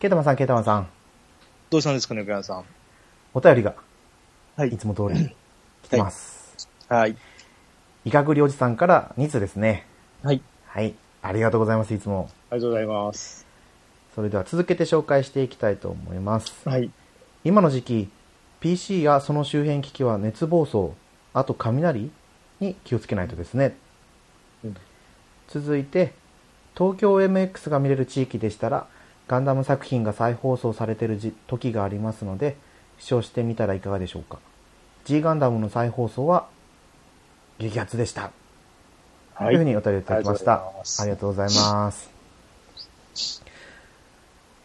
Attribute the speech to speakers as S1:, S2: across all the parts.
S1: ケイタマンさん、ケイタマンさん、
S2: どうしたんですかね、奥山さん。
S1: お便りが、
S2: はい
S1: いつも通り来てます。
S2: はい。
S1: いかぐりおじさんから2通ですね。
S2: はい。
S1: はい。ありがとうございます、いつも。
S2: ありがとうございます。
S1: それでは続けて紹介していきたいと思います。
S2: はい。
S1: 今の時期、PC やその周辺機器は熱暴走、あと雷に気をつけないとですね。
S2: うん
S1: 続いて、東京 MX が見れる地域でしたら、ガンダム作品が再放送されている時時がありますので、視聴してみたらいかがでしょうか。G ガンダムの再放送は、激アツでした。
S2: は
S1: というふうにお便りいただきました。あ
S2: あ
S1: りが
S2: りが
S1: とうございます。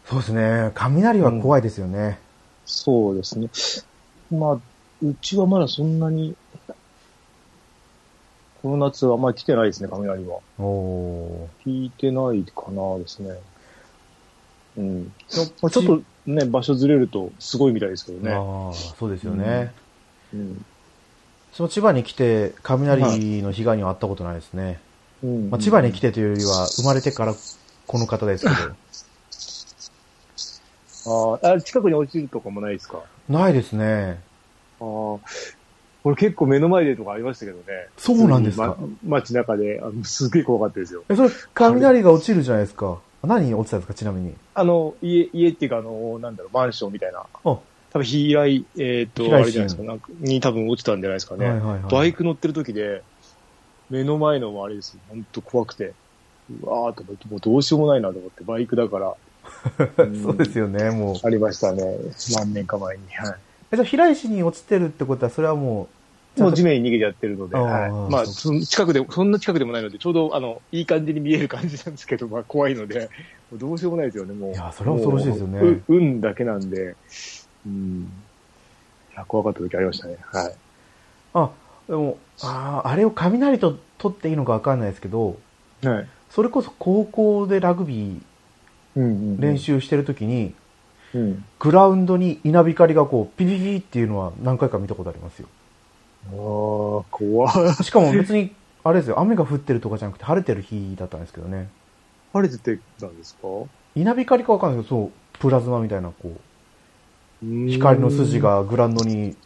S1: そうですね。雷は怖いですよね。
S2: そうですね。まあ、うちはまだそんなに、この夏はあんまり来てないですね、雷は。
S1: お
S2: 聞いてないかなですね。うん。
S1: ーちょ
S2: まあ、ちょっとね、場所ずれるとすごいみたいですけどね。
S1: ああ、そうですよね。
S2: うん。
S1: その千葉に来て、雷の被害には遭ったことないですね。
S2: うん
S1: まあ、千葉に来てというよりは、生まれてからこの方ですけど。
S2: あーあ、近くに落ちるとかもないですか
S1: ないですね。
S2: ああ、これ結構目の前でとかありましたけどね。
S1: そうなんですか
S2: 普通にま、街中で、あのすっげえ怖かったですよ。
S1: え、それ、雷が落ちるじゃないですか。何に落ちたんですか、ちなみに。
S2: あの、家、家っていうか、あの、なんだろう、マンションみたいな。
S1: あ、
S2: 多分、飛来、えっ、
S1: 飛
S2: と、あ
S1: 来心
S2: れじゃないですか、なんか、に多分落ちたんじゃないですかね。
S1: はいはいはい
S2: バイク乗ってる時で、目の前のあれですよ。ほんと怖くて。うわーと思って、もうどうしようもないなと思って、バイク だから。ん
S1: そうですよね、もう。
S2: ありましたね。何年か前に。はい。
S1: え、じゃあ、平石に落ちてるってことは、それはもう、
S2: もう地面に逃げてやってるので、
S1: あー
S2: はいま
S1: そうか
S2: あ、その近くで、そんな近くでもないので、ちょうど、あの、いい感じに見える感じなんですけど、まあ、怖いので、もうどうしようもないですよね、もう。
S1: いやそれは恐ろしいですよね
S2: もうう運だけなんで、うん。いや怖かった時ありましたね。はい。
S1: あ、でも、ああ、あれを雷と取っていいのかわかんないですけど、
S2: はい。
S1: それこそ高校でラグビ
S2: うんうんうん
S1: ー練。習してるときに、
S2: うん。
S1: グラウンドに稲光がこう、ピピピっていうのは何回か見たことありますよ。
S2: ああ、怖い。
S1: しかも別に、あれですよ、雨が降ってるとかじゃなくて、晴れてる日だったんですけどね。
S2: 晴れててたんですか
S1: 稲光かわかんないですけど、そう、プラズマみたいな、こう、光の筋。がグラウンドに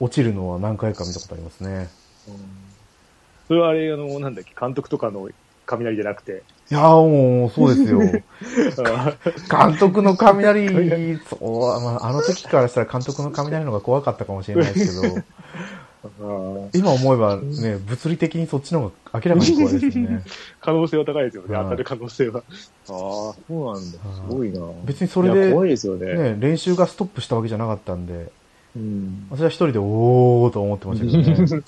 S1: 落ちるのは何回か見たことありますね。
S2: うんそれはあれ、あの、なんだっけ、監督とかの雷じゃなくて。
S1: いやーもう、そうですよ。
S2: あー
S1: 監督の 雷、そう、まあ、あの時からしたら監督の雷の方が怖かったかもしれないですけ ど、
S2: あー
S1: 今思えばね、物理的にそっちの方が明らかに怖いですよね。
S2: 可能性は高いですよね、
S1: はい
S2: 当たる可能性は。ああ、そうなんだ、すごいな。
S1: 別にそれで
S2: いや怖いですよね。
S1: ね、練習がストップしたわけじゃなかったんで、
S2: うん。あ
S1: 私は一人でおーと思ってましたけどね。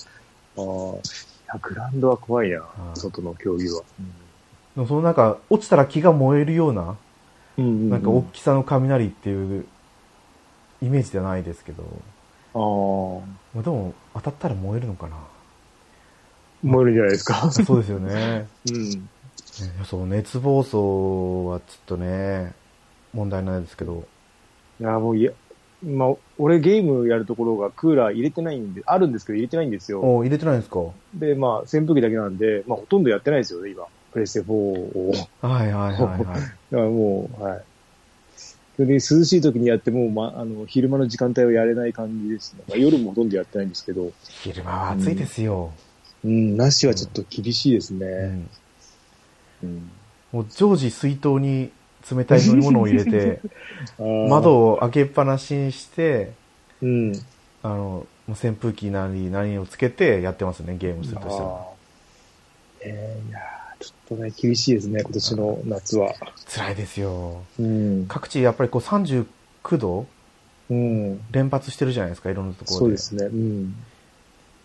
S2: あー、いや、グラウンドは怖いな、
S1: い
S2: 外の競技は。
S1: でもそのなんか、落ちたら気が燃えるような、
S2: うん。うん
S1: なんか大きさの雷っていうイメージではないですけど、
S2: ああー、
S1: まあでも当たったら燃えるのかな。
S2: 燃えるんじゃないです か。
S1: そうですよね。
S2: うん。
S1: ねそう、熱暴走はちょっとね、問題ないですけど、
S2: いや、もう、いや、まあ、俺ゲームやるところがクーラー入れてないんで、あるんですけど入れてないんですよ。
S1: お入れてないんですかは
S2: で、まあ、扇風機だけなんで、まあ、ほとんどやってないですよね、今。プレステ4を。
S1: いはいはいはい。
S2: だからもう、はい。それで涼しい時にやっても、ま、あの、昼間の時間帯はやれない感じですね。まあ、夜もほとんどやってないんですけど、
S1: 昼間は暑いですよ。
S2: うん、なしはちょっと厳しいです
S1: う
S2: ね。
S1: ん
S2: うん。
S1: もう常時水筒に冷たい飲み物を入れて、
S2: を、
S1: 窓を開けっぱなしにして、
S2: うん。
S1: あの、もう扇風機なり何をつけてやってますね、ゲームするとしたら。
S2: あーえー、いやーちょっとね、厳しいですね、今年の夏は。
S1: 辛いですよ。
S2: うん。
S1: 各地やっぱりこう39度
S2: うん。
S1: 連発してるじゃないですか、いろんなところで。
S2: そうですね。うん。だ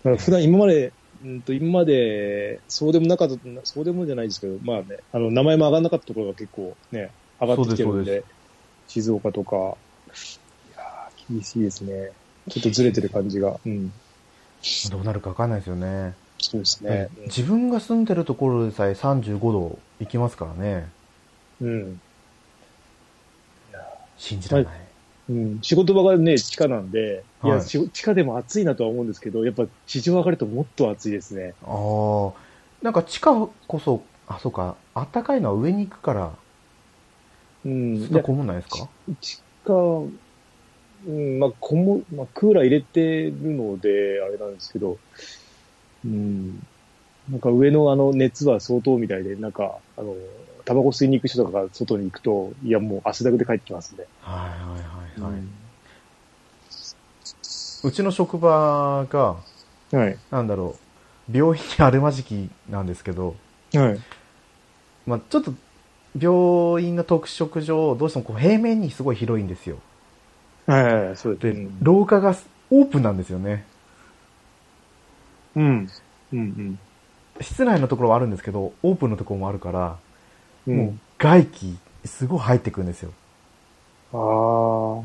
S2: から普段今まで、うんと、今まで、そうでもなかった、そうでもじゃないですけど、まあね、あの、名前も上がらなかったところが結構ね、上がってきてる
S1: そうんですそう
S2: で、静岡とか、いやー厳しいですね。ちょっとずれてる感じが。うん。
S1: どうなるかわかんないですよね。
S2: そうですね。
S1: 自分が住んでるところでさえ35度いきますからね。
S2: うん。
S1: 信じられない。
S2: うん、仕事場がね、地下なんで、い
S1: は
S2: や、
S1: い
S2: し地下でも暑いなとは思うんですけど、やっぱ地上上がるともっと暑いですね。
S1: ああ、なんか地下こそ、あ、そうか、暖かいのは上に行くから、
S2: うん。い
S1: そんな
S2: や
S1: こもんないですか
S2: 一か、うん、まあ、こも、まあ、クーラー入れてるので、あれなんですけど、うん、なんか上のあの熱は相当みたいで、なんか、あの、タバコ吸いに行く人とかが外に行くと、いや、もう汗だくで帰ってきますね。
S1: はいはいはいはい。
S2: い。
S1: うちの職場が、
S2: はい。
S1: なんだろう、病院にあるまじきなんですけど、
S2: はい。
S1: まあ、ちょっと病院の特色上、どうしてもこう平面にすごい広いんですよ。
S2: はいはい、そう
S1: で、
S2: ですね。
S1: 廊下がオープンなんですよね。
S2: うん。うん、
S1: 室内のところはあるんですけど、オープンのところもあるから、
S2: うん。
S1: もう外気、すごい入ってくるんですよ。
S2: ああ。う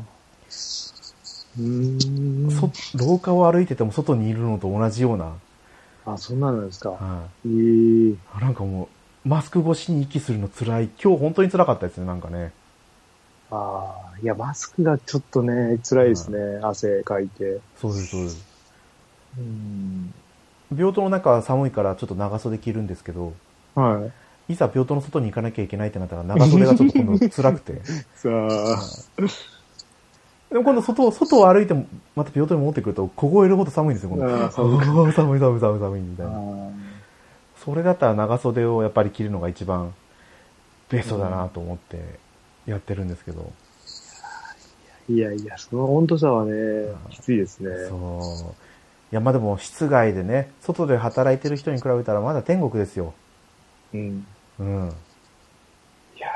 S2: ーん。
S1: そ廊下を歩いてても外にいるのと同じような、
S2: あ、そんなのですか。
S1: は
S2: えー、
S1: い、なんかもう、マスク越しに息するの辛い。今日本当に辛かったですね、なんかね。
S2: ああ。いや、マスクがちょっとね、辛いですね。汗かいて。
S1: そうです、そうです。
S2: うん。
S1: 病棟の中は寒いからちょっと長袖着るんですけど、
S2: はい。
S1: いざ病棟の外に行かなきゃいけないってなったら長袖がちょっと今度辛くて。
S2: さあ、
S1: でも今度外を、外を歩いても、また病棟に戻ってくると、凍えるほど寒いんですよ、今度。
S2: あ
S1: あ
S2: ー寒
S1: ー寒い寒い寒い寒いみたいな。
S2: あ
S1: それだったら長袖をやっぱり着るのが一番ベストだなと思ってやってるんですけど。
S2: いやいや、その温度差はね
S1: あ、ー
S2: きついですね。
S1: そう。いや、まあでも室外でね、外で働いてる人に比べたらまだ天国ですよ。
S2: うん。
S1: うん。
S2: いや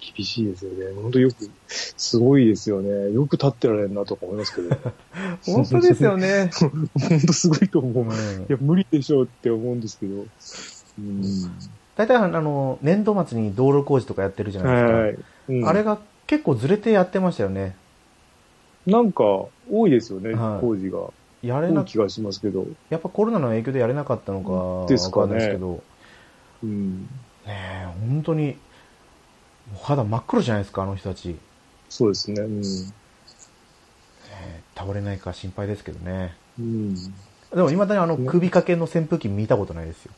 S2: ー、厳しいですよね。本当よく、すごいですよね。よく立ってられるなとか思います けど。
S1: 本当ですよね。
S2: 本当すごいと思
S1: う
S2: う。
S1: ん
S2: いや、無理でしょうって思うんですけど。うん。
S1: 大体あの、年度末に道路工事とかやってるじゃないですか。
S2: はい。うん
S1: あれが結構ずれてやってましたよね。
S2: なんか、多いですよね、
S1: はい
S2: 工事が。
S1: やれ
S2: 多い
S1: な、
S2: 気がしますけど。
S1: やっぱコロナの影響でやれなかったのか、わ
S2: です
S1: か
S2: かね
S1: んないですけど、ね
S2: うん。
S1: え、本当に、お肌真っ黒じゃないですか、あの人たち。
S2: そうですね。うん。
S1: ねえ倒れないか心配ですけどね。
S2: うん。
S1: でも、未だにあの、
S2: ね
S1: 首掛けの扇風機見たことないですよ。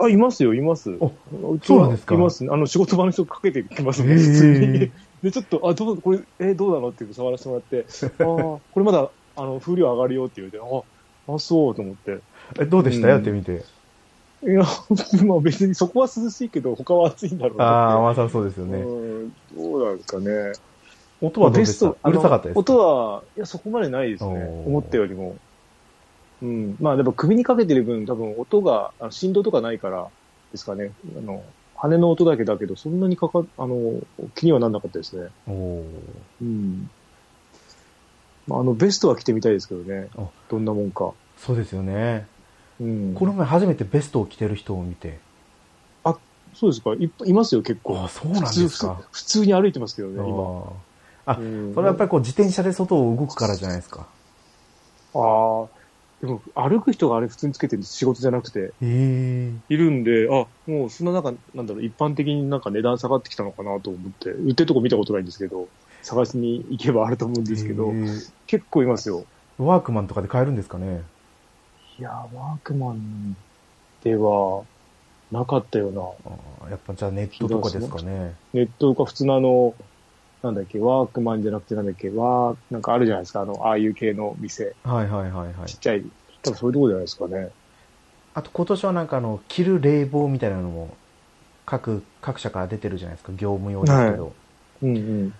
S2: あ、いますよ、います。
S1: あ
S2: うち
S1: そうなん
S2: は
S1: ですか
S2: いますね。あの、仕事場の人かけてきますね、
S1: へー
S2: 普通に。 で、ちょっと、あ、どう、これ、えどうなのって触らせても らって、ああ、これまだ、あの、風量上がるよって言うて、あ、あ、そう、と思って。
S1: え、どうでした、
S2: うん
S1: やってみて。
S2: いや、 まあ別にそこは涼しいけど、他は暑いんだろう
S1: ああ、
S2: なっ
S1: まさそうですよ
S2: て。
S1: ね。
S2: うん、どうなんですかね。
S1: 音はどうでした
S2: ベスト
S1: うるさかったです
S2: あの
S1: か。
S2: 音は、いや、そこまでないですね。
S1: おー
S2: 思ったよりも。うん。まあ、でも首にかけてる分、多分音が、あの振動とかないから、ですかね。あの、羽の音だけだけど、そんなにかか、あの、気にはなんなかったですね。
S1: おー
S2: うん。まあ、あの、ベストは着てみたいですけどね
S1: あ。
S2: どんなもんか。
S1: そうですよね。
S2: うん。
S1: この前初めてベストを着てる人を見て。
S2: そうですかいっぱいいますよ、結
S1: あ
S2: 構
S1: あ、。そうなんですか。
S2: 普通、普通に歩いてますけどね、今。
S1: あああ
S2: うん
S1: それはやっぱりこう自転車で外を動くからじゃないですか。
S2: ああ。でも、歩く人があれ普通につけてるんです仕事じゃなくて。
S1: へえ。
S2: いるんで、あ、もうそんな中、なんだろう、一般的になんか値段下がってきたのかなと思って、売ってるとこ見たことないんですけど、探しに行けばあると思うんですけど、結構いますよ。
S1: ワークマンとかで買えるんですかね。
S2: いや、ワークマンでは、なかったような、
S1: あーやっぱじゃあネットとかですかね。
S2: ネットか普通のあの、なんだっけ、ワークマンじゃなくてなんだっけ、ワー、なんかあるじゃないですか、あの、ああいう系の店。
S1: はいはいはいはい
S2: ちっ。ちゃい、多分そういうとこじゃないですかね。
S1: あと今年はなんかあの、着る冷房みたいなのも、各、各社から出てるじゃないですか、業務用ですけど。
S2: うんうん。
S1: ね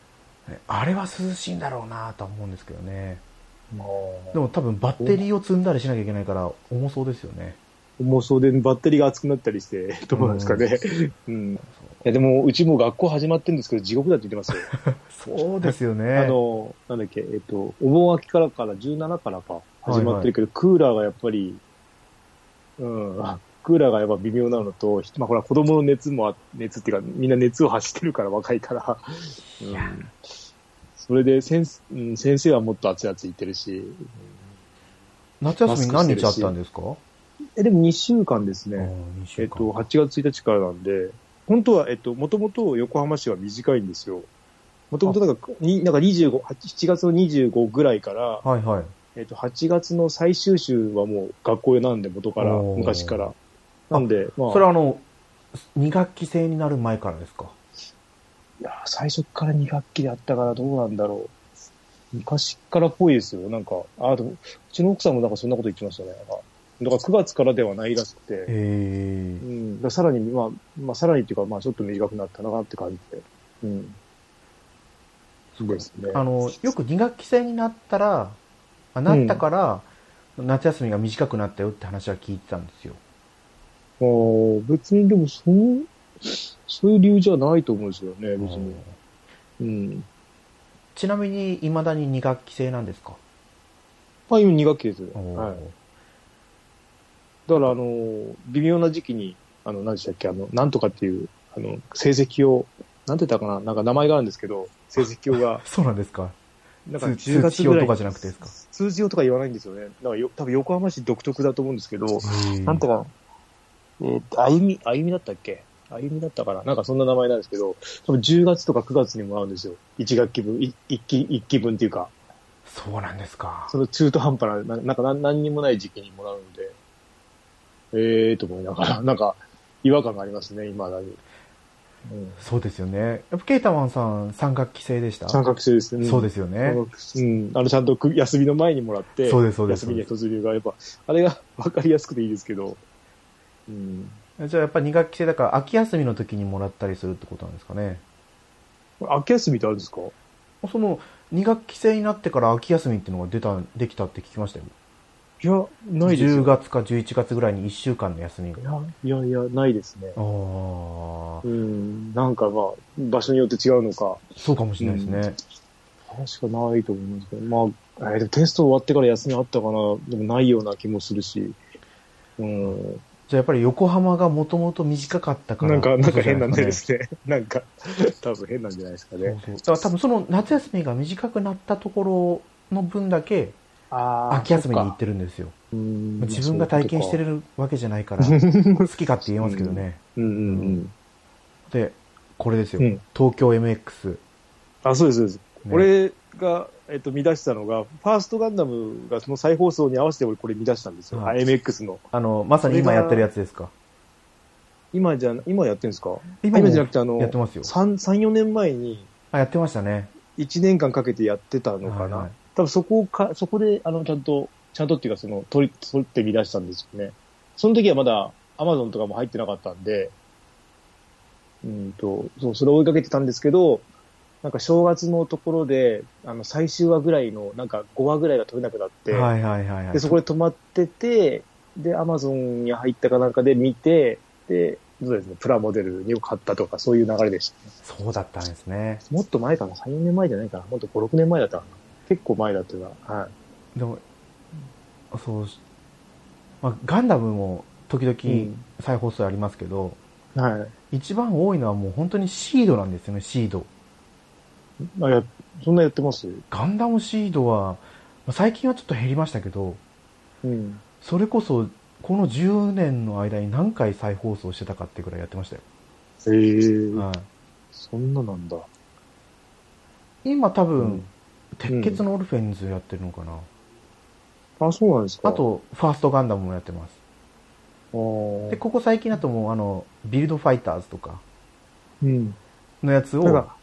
S1: あれは涼しいんだろうなとは思うんですけどね。
S2: ま
S1: で
S2: あ、
S1: も多分バッテリーを積んだりしなきゃいけないから、重そうですよね。
S2: 重そうでバッテリーが熱くなったりして、どうなんですかね。うんいや、でも、うちもう学校始まってるんですけど、地獄だって言ってますよ。
S1: そうですよね。
S2: あの、なんだっけ、えっと、お盆明けからから、17からか、始まってるけど、クーラーがやっぱり、うん、あクーラーがやっぱ微妙なのと、ひまあ、ほら、子供の熱もあ、熱っていうか、みんな熱を発してるから、若いから。うん
S1: や
S2: それで先生、うん、先生はもっと熱々言ってるし、うん
S1: 夏休み何日あったんですか
S2: え、でも2週間ですね。
S1: あー二
S2: え
S1: 週
S2: っ
S1: 間
S2: と、8月1日からなんで、本当は、えっと、もともと横浜市は短いんですよ。もともとなんか、になんか25、8 7月の25ぐらいから、
S1: はいはい。
S2: えっと、8月の最終週はもう学校なんで、元から、
S1: おー
S2: 昔から。なんで、まあ、
S1: それはあの、2学期制になる前からですか。
S2: いやー、最初から2学期であったからどうなんだろう。昔からっぽいですよ。なんか、あー、でも、うちの奥さんもなんかそんなこと言ってましたね。なんか、だから9月からではないらしくて、
S1: え
S2: う
S1: え
S2: ん、だからさらに、まあ、まあ、さらにっていうか、まあ、ちょっと短くなったなって感じで。うん。そうですね。
S1: あの、よく2学期制になったら、あなったから、夏休みが短くなったよって話は聞いてたんですよ。
S2: あー別にでも、その、そういう理由じゃないと思うんですよね、別
S1: うん
S2: に。うん。
S1: ちなみに、未だに2学期制なんですか、
S2: まあ、今2学期です。
S1: おー、
S2: はい。だから、あの、微妙な時期に、あの、何でしたっけ、あの、なんとかっていう、あの、成績を、なんて言ったかな、なんか名前があるんですけど、成績表が
S1: そうなんですか
S2: なんか
S1: 通
S2: 10月ぐらい
S1: 通知表
S2: に
S1: とかじゃなくてですか
S2: 数字表とか言わないんですよね。なんかよ、多分横浜市独特だと思うんですけど、なんとか、えーと、歩み、歩みだったっけ歩みだったかななんかそんな名前なんですけど、多分10月とか9月にもあるんですよ。1学期分、い一期、一期分っていうか、
S1: そうなんですか
S2: そ。の中途半端な、ななんか何何にもない時期にもらうので、ええー、と思いながら、なん か違和感がありますね、今だに。うん、
S1: そうですよね。やっぱケータマンさん、3学期制でした
S2: 三角形ですね。
S1: そう
S2: で
S1: ですよね。
S2: す。うん。あの、ちゃんとく休みの前にもらって、
S1: そうですそうです
S2: 休みには突入が、やっぱ、あれが 分かりやすくていいですけど、うん。
S1: じゃあやっぱ2学期制だから、秋休みの時にもらったりするってことなんですかね。
S2: 秋休みってあるんですか
S1: その、2学期制になってから秋休みっていうのが出た、できたって聞きましたよ。
S2: いや、ないです
S1: 10
S2: よ。
S1: 月か11月ぐらいに1週間の休みが。
S2: いや、いや、いや、ないですね。
S1: ああ
S2: う、ん。なんかまあ、場所によって違うのか、
S1: そうかもしれないですね。
S2: 確かないと思いますけど、まあ、えーでもテスト終わってから休みあったかな、でもないような気もするし、うん。
S1: じゃあやっぱり横浜がもともと短かったから。
S2: なんか、なんか変なん
S1: そうじゃ
S2: で
S1: い
S2: すね。 なんか、多分変なんじゃないですか
S1: かね。
S2: ね。
S1: そうそうだから多分その夏休みが短くなったところの分だけ、
S2: あ
S1: 秋休みに行ってるんですよ。
S2: うん
S1: 自分が体験して。るわけじゃないから、好きかって言えますけどね。
S2: うんうんうん。
S1: で、これですよ。
S2: うん
S1: 東京 MX。
S2: あ、そうです、そうです。
S1: ね
S2: 俺が、えっと、見出したのが、ファーストガンダムがその再放送に合わせて俺これ見出したんですよ。
S1: うん
S2: あ MX の。
S1: あの、まさに今やってるやつですか。
S2: 今じゃ、今やってるんですか
S1: 今
S2: 今
S1: も
S2: じゃなくて、あの、
S1: やってますよ。
S2: 3、3、4年前に、
S1: あ、やってましたね。
S2: 1年間かけてやってたのかな。
S1: はいはい
S2: 多分そこをか、そこで、あの、ちゃんと、ちゃんとっていうか、その、取り、取って見出したんですよね。その時はまだ、アマゾンとかも入ってなかったんで、うんと、そう、それを追いかけてたんですけど、なんか正月のところで、あの、最終話ぐらいの、なんか5話ぐらいが取れなくなって、
S1: はいはいはいはい。
S2: で、そこで止まってて、で、アマゾンに入ったかなんかで見て、で、そうですね、プラモデルに買ったとか、そういう流れでしたね。
S1: そうだったんですね。
S2: もっと前かな、3、4年前じゃないかな、もっと5、6年前だったかな。結構前だったな。はい。
S1: でも、そうし、まあ、ガンダムも時々
S2: うん
S1: 再放送ありますけど、
S2: はい。
S1: 一番多いのはもう本当にシードなんですよね、シード。
S2: あやそんなやってます
S1: ガンダムシードは、まあ最近はちょっと減りましたけど、
S2: うん。
S1: それこそ、この10年の間に何回再放送してたかってぐらいやってましたよ。
S2: へえ。
S1: はい
S2: そんななんだ。
S1: 今多分、
S2: うん
S1: 鉄血のオルフェンズやってるのかな。
S2: あ、そうなんですか。
S1: あ、と、ファーストガンダムもやってます。
S2: あー
S1: で、ここ最近だともう、あの、ビルドファイターズとか
S2: うん。
S1: のやつ
S2: なん
S1: を
S2: か、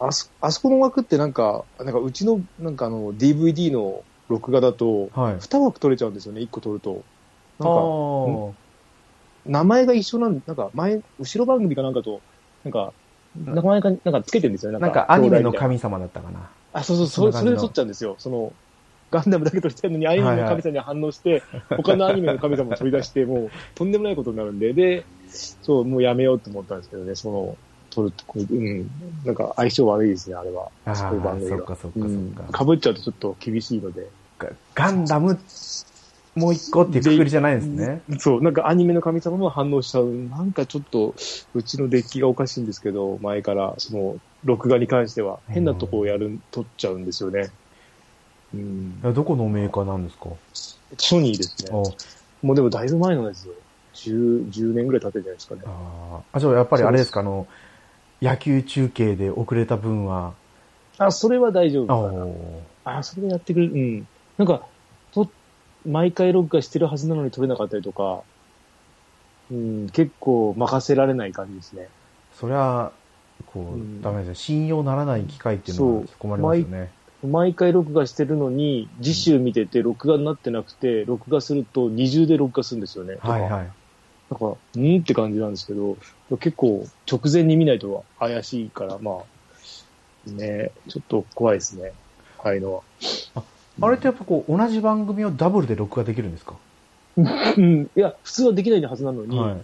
S2: あそ、あそこの枠ってなんか、なんかうちの、なんかあの、DVD の録画だと、
S1: はい。
S2: 2枠取れちゃうんですよね、1個取ると。
S1: あ
S2: なんか、
S1: ー
S2: 名前が一緒なんなんか前、後ろ番組かなんかと、なんか、名前か、なんかつけてるんですよね。
S1: なんかアニメの
S2: 兄弟みたいな
S1: 神様だったかな。
S2: あ、そうそう、
S1: そん
S2: そ
S1: な感じの
S2: れそれで撮っちゃうんですよ。その、ガンダムだけ撮りたいのに、アニメの神様に反応して、他のアニメの神様を取り出して、もう、とんでもないことになるんで、で、そう、もうやめようと思ったんですけどね、その、撮るとこう、うん、なんか相性悪いですね、あれは。
S1: ああ、そ
S2: そういう番組が
S1: っかそっか
S2: う
S1: そ
S2: ん、
S1: っか。
S2: かぶっちゃうとちょっと厳しいので。
S1: ガガンダム、もう一個っていうくくりじゃないんですね。
S2: そう、なんかアニメの神様も反応しちゃう。なんかちょっと、うちのデッキがおかしいんですけど、前から、その、録画に関しては、変なとこをやる、撮っちゃうんですよね。うん。
S1: どこのメーカーなんですか
S2: ソニーですね。
S1: あ
S2: もうでもだいぶ前のですよ。10、10年ぐらい経ってるんじゃないですかね。
S1: あー、あじゃあやっぱりあれですか、あの、野球中継で遅れた分は、
S2: あ、それは大丈
S1: あ
S2: 夫。
S1: ー
S2: あ、それでやってくれる。うん。なんか、と、毎回録画してるはずなのに撮れなかったりとか、うん、結構任せられない感じですね。
S1: そりゃ、こ
S2: うん
S1: う、ダメですね。信用ならない機械っていうのは
S2: そう
S1: 困りますよね。
S2: 毎回録画してるのに、次週見てて録画になってなくて、録画すると二重で録画するんですよね。とか
S1: はいはい。
S2: なんか、うんって感じなんですけど、結構直前に見ないと怪しいから、まあ、ね、ちょっと怖いですね。ああいうのは。
S1: あれってやっぱこう、同じ番組をダブルで録画できるんですか
S2: うん。いや、普通はできないはずなのに、
S1: はい。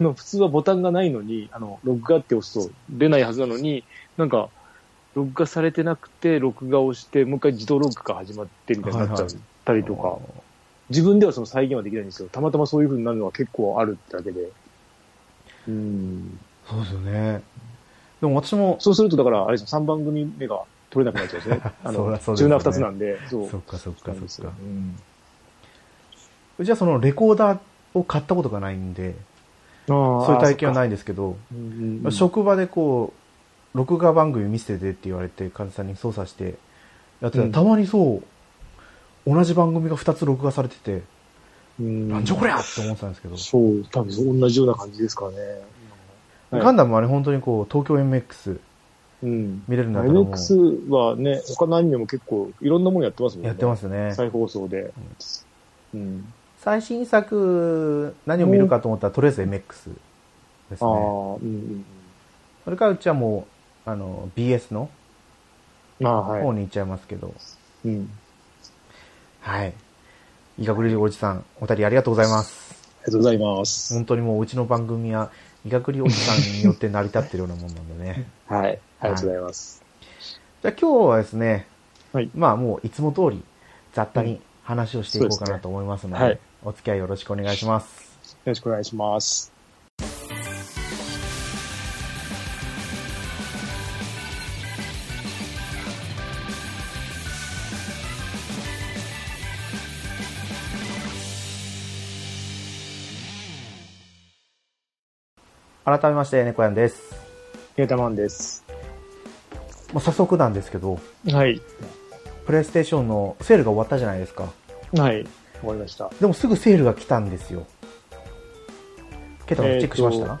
S2: あの普通はボタンがないのに、あの、録画って押すと出ないはずなのに、なんか、録画されてなくて、録画をして、もう一回自動録画が始まってみたいになっちゃったりとか、自分ではその再現はできないんですよ。たまたまそういう風になるのは結構あるってだけで。うん。
S1: そうですよね。でも私も、。
S2: そうすると、だから、あれですよ、3番組目が取れなくなっちゃうんですね あ
S1: そう
S2: の、
S1: だそうです
S2: 中
S1: よね
S2: な2つなんで、そう。
S1: そっかそっか
S2: なんです
S1: そっ
S2: よ
S1: か。
S2: うん
S1: うちはそのレコーダーを買ったことがないんで、そういう体験はないんですけど、
S2: うん
S1: まあ職場でこう、録画番組見せててって言われて、患者さんに操作してやってたら、
S2: うん
S1: たまにそう、同じ番組が2つ録画されてて、
S2: うん
S1: なんじゃこりゃって思ってたんですけど、
S2: そう、多分同じような感じですからね。はい
S1: ガンダムはね、本当にこう、東京 MX
S2: うん。
S1: 見れるんだけども、
S2: MX はね、他のアニメも結構いろんなもんやってますもんね。。
S1: やってますすね。
S2: 再放送で。うん。
S1: 最新作、何を見るかと思ったら、とりあえず MX です
S2: あ
S1: ね。
S2: あ、うんうん
S1: それからうちはもう、あの、BS の
S2: うん。ああ、はい。
S1: 方に行っちゃいますけど、
S2: うん。
S1: はい。医学リリおじさん、お便りありがとうございます。
S2: ありがとうございます。
S1: 本当にもううちの番組は医学理おじさんによって成り立ってるようなもんなんで ね。
S2: はい。ありがとうございます。
S1: じゃあ今日はですね、
S2: はい
S1: まあもういつも通り雑多に話をしていこうかなと思いますので、
S2: そうです
S1: お付き合いよろしくお願いします。
S2: よろしくお願いします。
S1: 改めまして、猫やんです。
S2: ゲータマンです。
S1: もう早速なんですけど、
S2: はい。
S1: プレイステーションのセールが終わったじゃないですか。
S2: はい。わかりました。
S1: でもすぐセールが来たんですよ。ケタもチェックしました、
S2: えー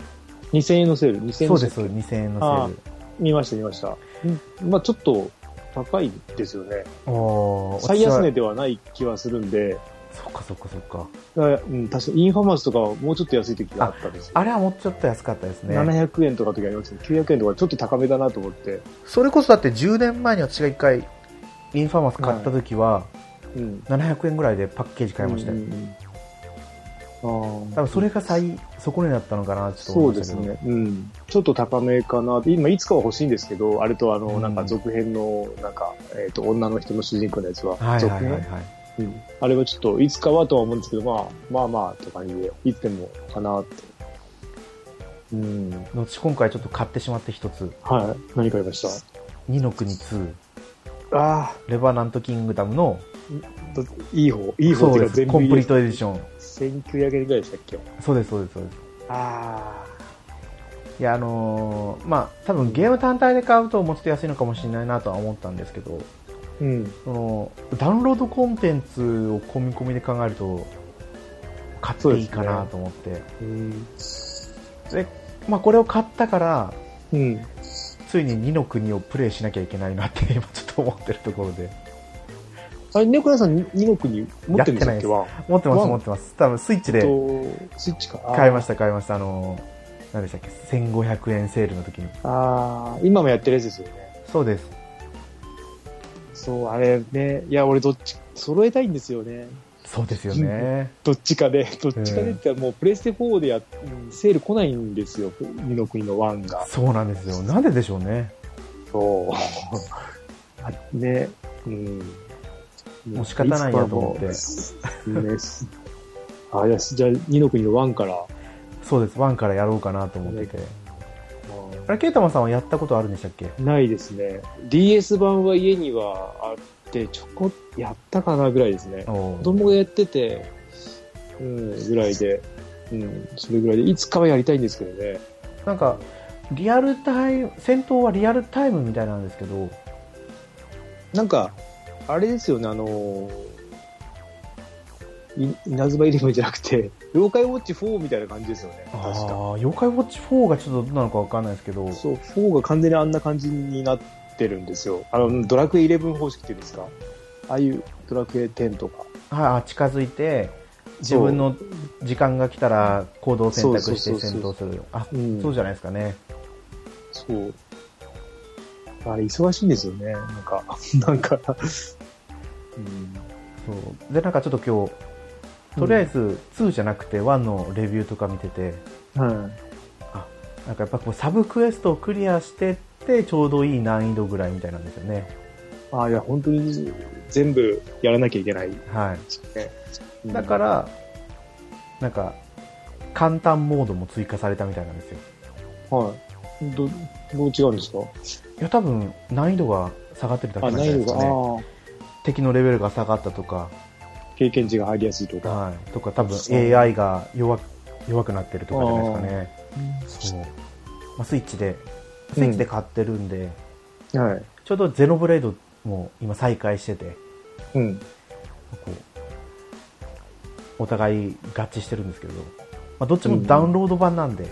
S2: 2000円のセール、2000円
S1: そ
S2: の
S1: う
S2: セー
S1: で
S2: ル。
S1: す、2000円の
S2: あ
S1: セー
S2: あ
S1: ル。
S2: 見ました、見ました。んまあちょっと高いですよね。
S1: おー
S2: 最安値
S1: 私は
S2: ではない気はするんで、
S1: そっかそっかそっか。
S2: だからうん、確かにインファマウスとかはもうちょっと安い時があったんですよ。
S1: あれはもうちょっと安かったですね。
S2: 700円とかの時ありますね。900円とかちょっと高めだなと思って。
S1: それこそだって10年前に私が1回インファマス買った時は
S2: うん。
S1: 700円ぐらいでパッケージ買いましたよ、
S2: うんうんうんああ。
S1: 多分それが最底になったのかなちょっと
S2: そ
S1: 思
S2: う
S1: いま
S2: で
S1: し
S2: す
S1: たけど
S2: ね。うん。ちょっと高めかな。今、いつかは欲しいんですけど、あれとあ
S1: う
S2: の、
S1: ん
S2: なんか続編の、なんか、えっ、と、女の人の主人公のやつは、
S1: はい
S2: 続
S1: はい
S2: 編
S1: はい、はい、
S2: うん。あれはちょっと、いつかはとは思うんですけど、まあ、まあまあ、って感じで、いつでもかなって。うん。はい。
S1: 後今回ちょっと買ってしまって一つ
S2: 何買いました
S1: 二の国2
S2: あ
S1: レバナントキングダムの
S2: あ、どいい方、いい方
S1: そ
S2: って
S1: うで
S2: いうか
S1: す
S2: 全
S1: コ
S2: 部い
S1: ン
S2: い
S1: プリー
S2: です
S1: トエディション
S2: 1900円ぐらいでしたっけ
S1: そうですそうですそうです
S2: あ
S1: いやあのーまあ多分ゲーム単体で買うともうちょっと安いのかもしれないなとは思ったんですけど
S2: あ。うん。
S1: そのダウンロードコンテンツを込み込みで考えると買っていいかなと思って、
S2: うん。
S1: で、まあ、これを買ったから
S2: うん。
S1: ついに二の国をプレイしなきゃいけないなって 今ちょっと思ってるところで
S2: あれ、猫屋さん、二の国持ってるんでしたっけ
S1: や
S2: は。
S1: 持ってま
S2: ワ
S1: す
S2: ン
S1: 持ってます多分スイッチ
S2: えっ
S1: で
S2: と、スイッチか。
S1: 買いま
S2: し
S1: した買いましたあのー何でしたっけ1500円セールの時に
S2: た。ああ、今もやってるやつですよね。
S1: そうです
S2: そう、あれね。いや、俺どっち、揃えたいんですよね。
S1: そうですよね
S2: どっちかで。 どっちかでって言ったらもうプレステ4でや、うんセール来ないんですよ。二の国の1が。
S1: そうなんですよなんででしょうね
S2: そう。 あね。うん。
S1: もう仕方ないやと思って
S2: いつかもねすあ、いや、じゃあ、二の国の1から。
S1: そうです1からやろうかなと思ってて
S2: うん
S1: あれケイタマさんはやったことあるんでしたっけ
S2: ないですね。DS 版は家にはあって、ちょこやったかなぐらいですね。
S1: 子
S2: 子供がやってて、うん、ぐらいで、うん、それぐらいで、いつかはやりたいんですけどね。
S1: なんかリアルタイム戦闘はリアルタイムみたいなんですけど
S2: なんか、あれですよね、あのー、い稲妻イレブンじゃなくて、妖怪ウォッチ4みたいな感じですよね。確
S1: あ
S2: か。
S1: あ、妖怪ウォッチ4がちょっとどうなのかわかんないですけど、
S2: そう、4が完全にあんな感じになってるんですよ。あの、ドラクエ11方式っていうんですか。ああいうドラクエ10とか。
S1: はい、近づいて、自分の時間が来たら行動を選択して
S2: そうそうそうそ
S1: 戦
S2: う
S1: 闘するよ。あ、
S2: そう、うん、
S1: そうじゃないですかね。
S2: そう。あれ、忙しいんですよね。なんか、 なんか、うん。
S1: そう。で、なんかちょっと今日、とりあえず2じゃなくて1のレビューとか見てて、
S2: は
S1: なんかやっぱこうサブクエストをクリアしてってちょうどいい難易度ぐらいみたいなんですよね。
S2: い。ああ、いや、本当に全部やらなきゃいけないで
S1: はい。
S2: すよね。うん
S1: だか、ら、なんか、簡単モードも追加されたみたいなんですよ。
S2: はい。ど、どう違うんですか
S1: いや、多分、難易度が下がってるだけ
S2: あ、
S1: なんじゃない
S2: 難
S1: で
S2: 易
S1: す
S2: 度
S1: か
S2: が、
S1: ね。
S2: あ
S1: 敵のレベルが下がったとか、
S2: あ、経験値が入りやすいとか。
S1: はい。とか、多分
S2: そう
S1: AI が弱く、弱くなってるとかじゃないですかね。
S2: う
S1: そう。まあ、スイッチで、スイッチで買ってるんで、
S2: んはい。
S1: ちょうどゼノブレードも今再開してて、
S2: うん。
S1: こう、お互い合致してるんですけど、まあ、どっちもダウンロード版なんで、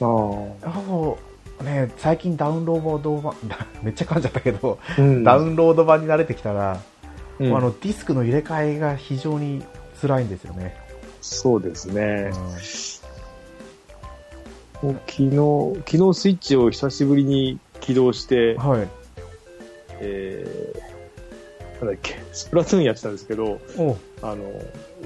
S2: あ
S1: あもうね、最近ダウンロード版、 めっちゃ噛んじゃったけど、
S2: あ。うん
S1: ダウンロード版に慣れてきたら、
S2: うん
S1: もうあのディスクの入れ替えが非常に辛いんですよね。
S2: そうですね。
S1: うん
S2: もう昨日、昨日スイッチを久しぶりに起動して、
S1: はい。
S2: えー、なんだっけ、スプラトゥーンやってたんですけど、
S1: お
S2: あの、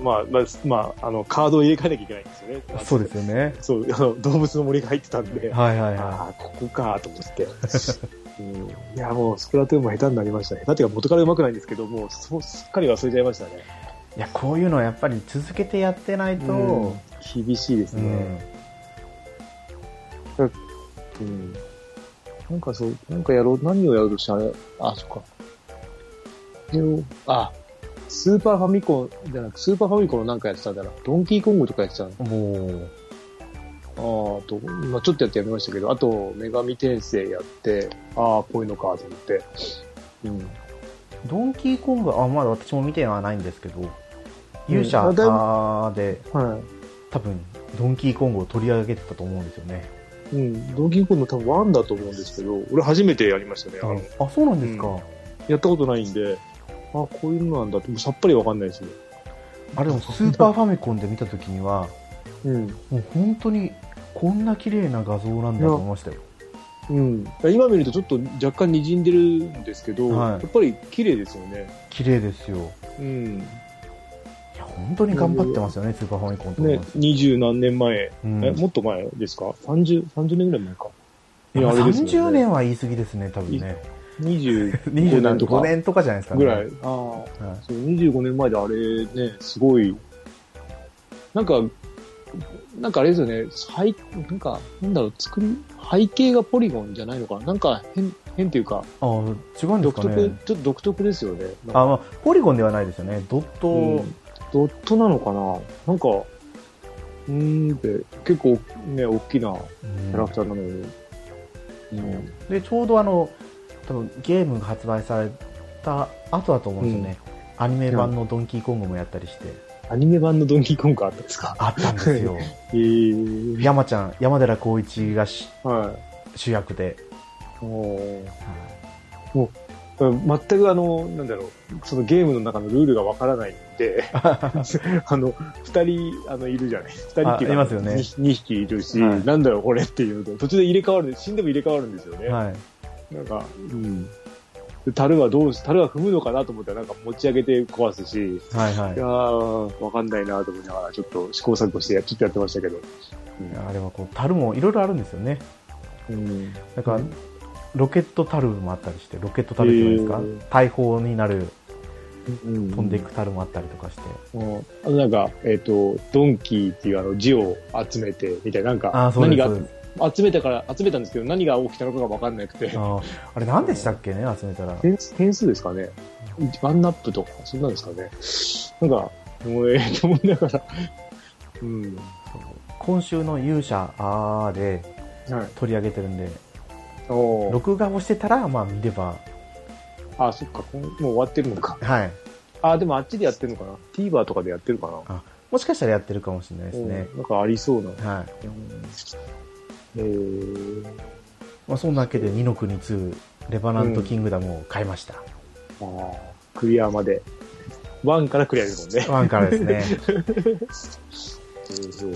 S2: まあ、まあ、まあ、あの、カードを入れ替えなきゃいけないんですよね。
S1: そうですよね。
S2: そう、あの、動物の森が入ってたんで、あ
S1: はいはいは
S2: あー、ここかと思って。うん、いや、もう、スプラトゥーンも下手になりましたね。だってか元から上手くないんですけど、もう、そうすっかり忘れちゃいましたね。
S1: い。いや、こういうのはやっぱり続けてやってないと、
S2: うん、厳しいです
S1: う
S2: ね。
S1: ん。
S2: うんなんかそう、なんかやろう、何をやろうとしたあれ、あ、そっか。でも、あ、スーパーファミコンじゃなく、スーパーファミコンのなんかやってたんだな。ドンキーコングとかやってたの。
S1: もう、
S2: ああ、と、まあちょっとやってやめましたけど、あと、女神転生やって、ああ、こういうのか、と思って。うん。
S1: ドンキーコングは、あ、まだ私も見てはないんですけど、勇者
S2: あだいぶ
S1: で、
S2: は
S1: 多分、ドンキーコングを取り上げてたと思うんですよね。
S2: い。うん。ドンキーコング多分ワンだと思うんですけど、俺初めてやりましたね。あの、
S1: あ、そうなんですか。
S2: うんやったことないんで、あこういうのなんだって、もうさっぱりわかんないですね。
S1: あれもスーパーファミコンで見た時には、
S2: うん。
S1: もう本当にこんな綺麗な画像なんだと思いましたよ。
S2: うん、今見るとちょっと若干にじんでるんですけど、
S1: はい
S2: やっぱり綺麗ですよね。
S1: 綺麗ですよ。い
S2: うん。ね、
S1: や、本当に頑張ってますよね、スーパーファミコンと思います。
S2: 二十何年前、
S1: うん、
S2: え、もっと前ですか ?30、30年ぐらい前か。いや、あれです
S1: 30
S2: よね。
S1: 年は言い過ぎですね、多分ね。
S2: 20 25年と
S1: 25
S2: か
S1: 年とかじゃないですかね。
S2: ぐらい。ああ、そ
S1: は
S2: う、25年前であれね、すごい、なんか、なんかあれですよね、背、なんか、なんだろう、作り、背景がポリゴンじゃないのかななんか変、変っていうか、
S1: い。ああ、違うんです
S2: 独
S1: か
S2: 特、
S1: ね。
S2: ちょっと独特ですよね。なんか
S1: あ、まあ、ポリゴンではないですよね。ドット、
S2: うんドットなのかななんか、うーんって、結構ね、大きな
S1: うん
S2: キャラクターなのに。うん
S1: でちょうどあの多分ゲームが発売された後だと思うんですよね、アニメ版の「ドンキーコング」もやったりして、
S2: アニメ版のドンキーコングあったん ですか
S1: あったんですよ
S2: えー、
S1: 山ちゃん山寺宏一がし
S2: はい。
S1: 主役で、
S2: おー全くあの、なんだろう、そのゲームの中のルールがわからないん で、あの、二人、あの、いるじゃない二人っていうか、
S1: あいますよね
S2: に二匹いるし、
S1: はい
S2: なんだろう、これっていうと、途中で入れ替わる、死んでも入れ替わるんですよね。
S1: はい、
S2: なんか、うん。で樽はどうし、樽は踏むのかなと思ったら、なんか持ち上げて壊すし、
S1: はいはい
S2: いやー、わかんないなと思いながら、ちょっと試行錯誤してや、ちょっとやってましたけど。
S1: いやあれはこう樽もいろいろあるんですよね
S2: うん。
S1: だから、ロケット樽もあったりしてロケット樽じゃないですか、
S2: へー
S1: 大砲になる
S2: うん
S1: 飛んでいく樽もあったりとかして、
S2: うんあとなんか、えっ、と、ドンキーっていうあの字を集めて、みたいな、なんか、
S1: ああーそう
S2: 何
S1: です
S2: が
S1: そうです
S2: 集めたから、集めたんですけど、何が起きたのかがわかんなくて
S1: あ。ーあれ何でしたっけね集めたら
S2: 点数点数ですかねワンナップとか、そんなんですかねなんか、もうええと思いながら。うん。
S1: 今週の「勇者あー」で
S2: はい。
S1: 取り上げてるんで
S2: おー
S1: 録画をしてたらまあ見れば
S2: あ、そっか、こんもう終わってるのか。
S1: はい
S2: あ、でもあっちでやってるのかな ?TVer とかでやってるかな
S1: あもしかしたらやってるかもしれないですね
S2: う。んなんかありそうな。
S1: はい。
S2: えー、
S1: まあ、そんなわけで、二の国2、レバナントキングダムを買いました。
S2: あークリアまで。ワンからクリアですもんね。
S1: ワンからですね。
S2: そう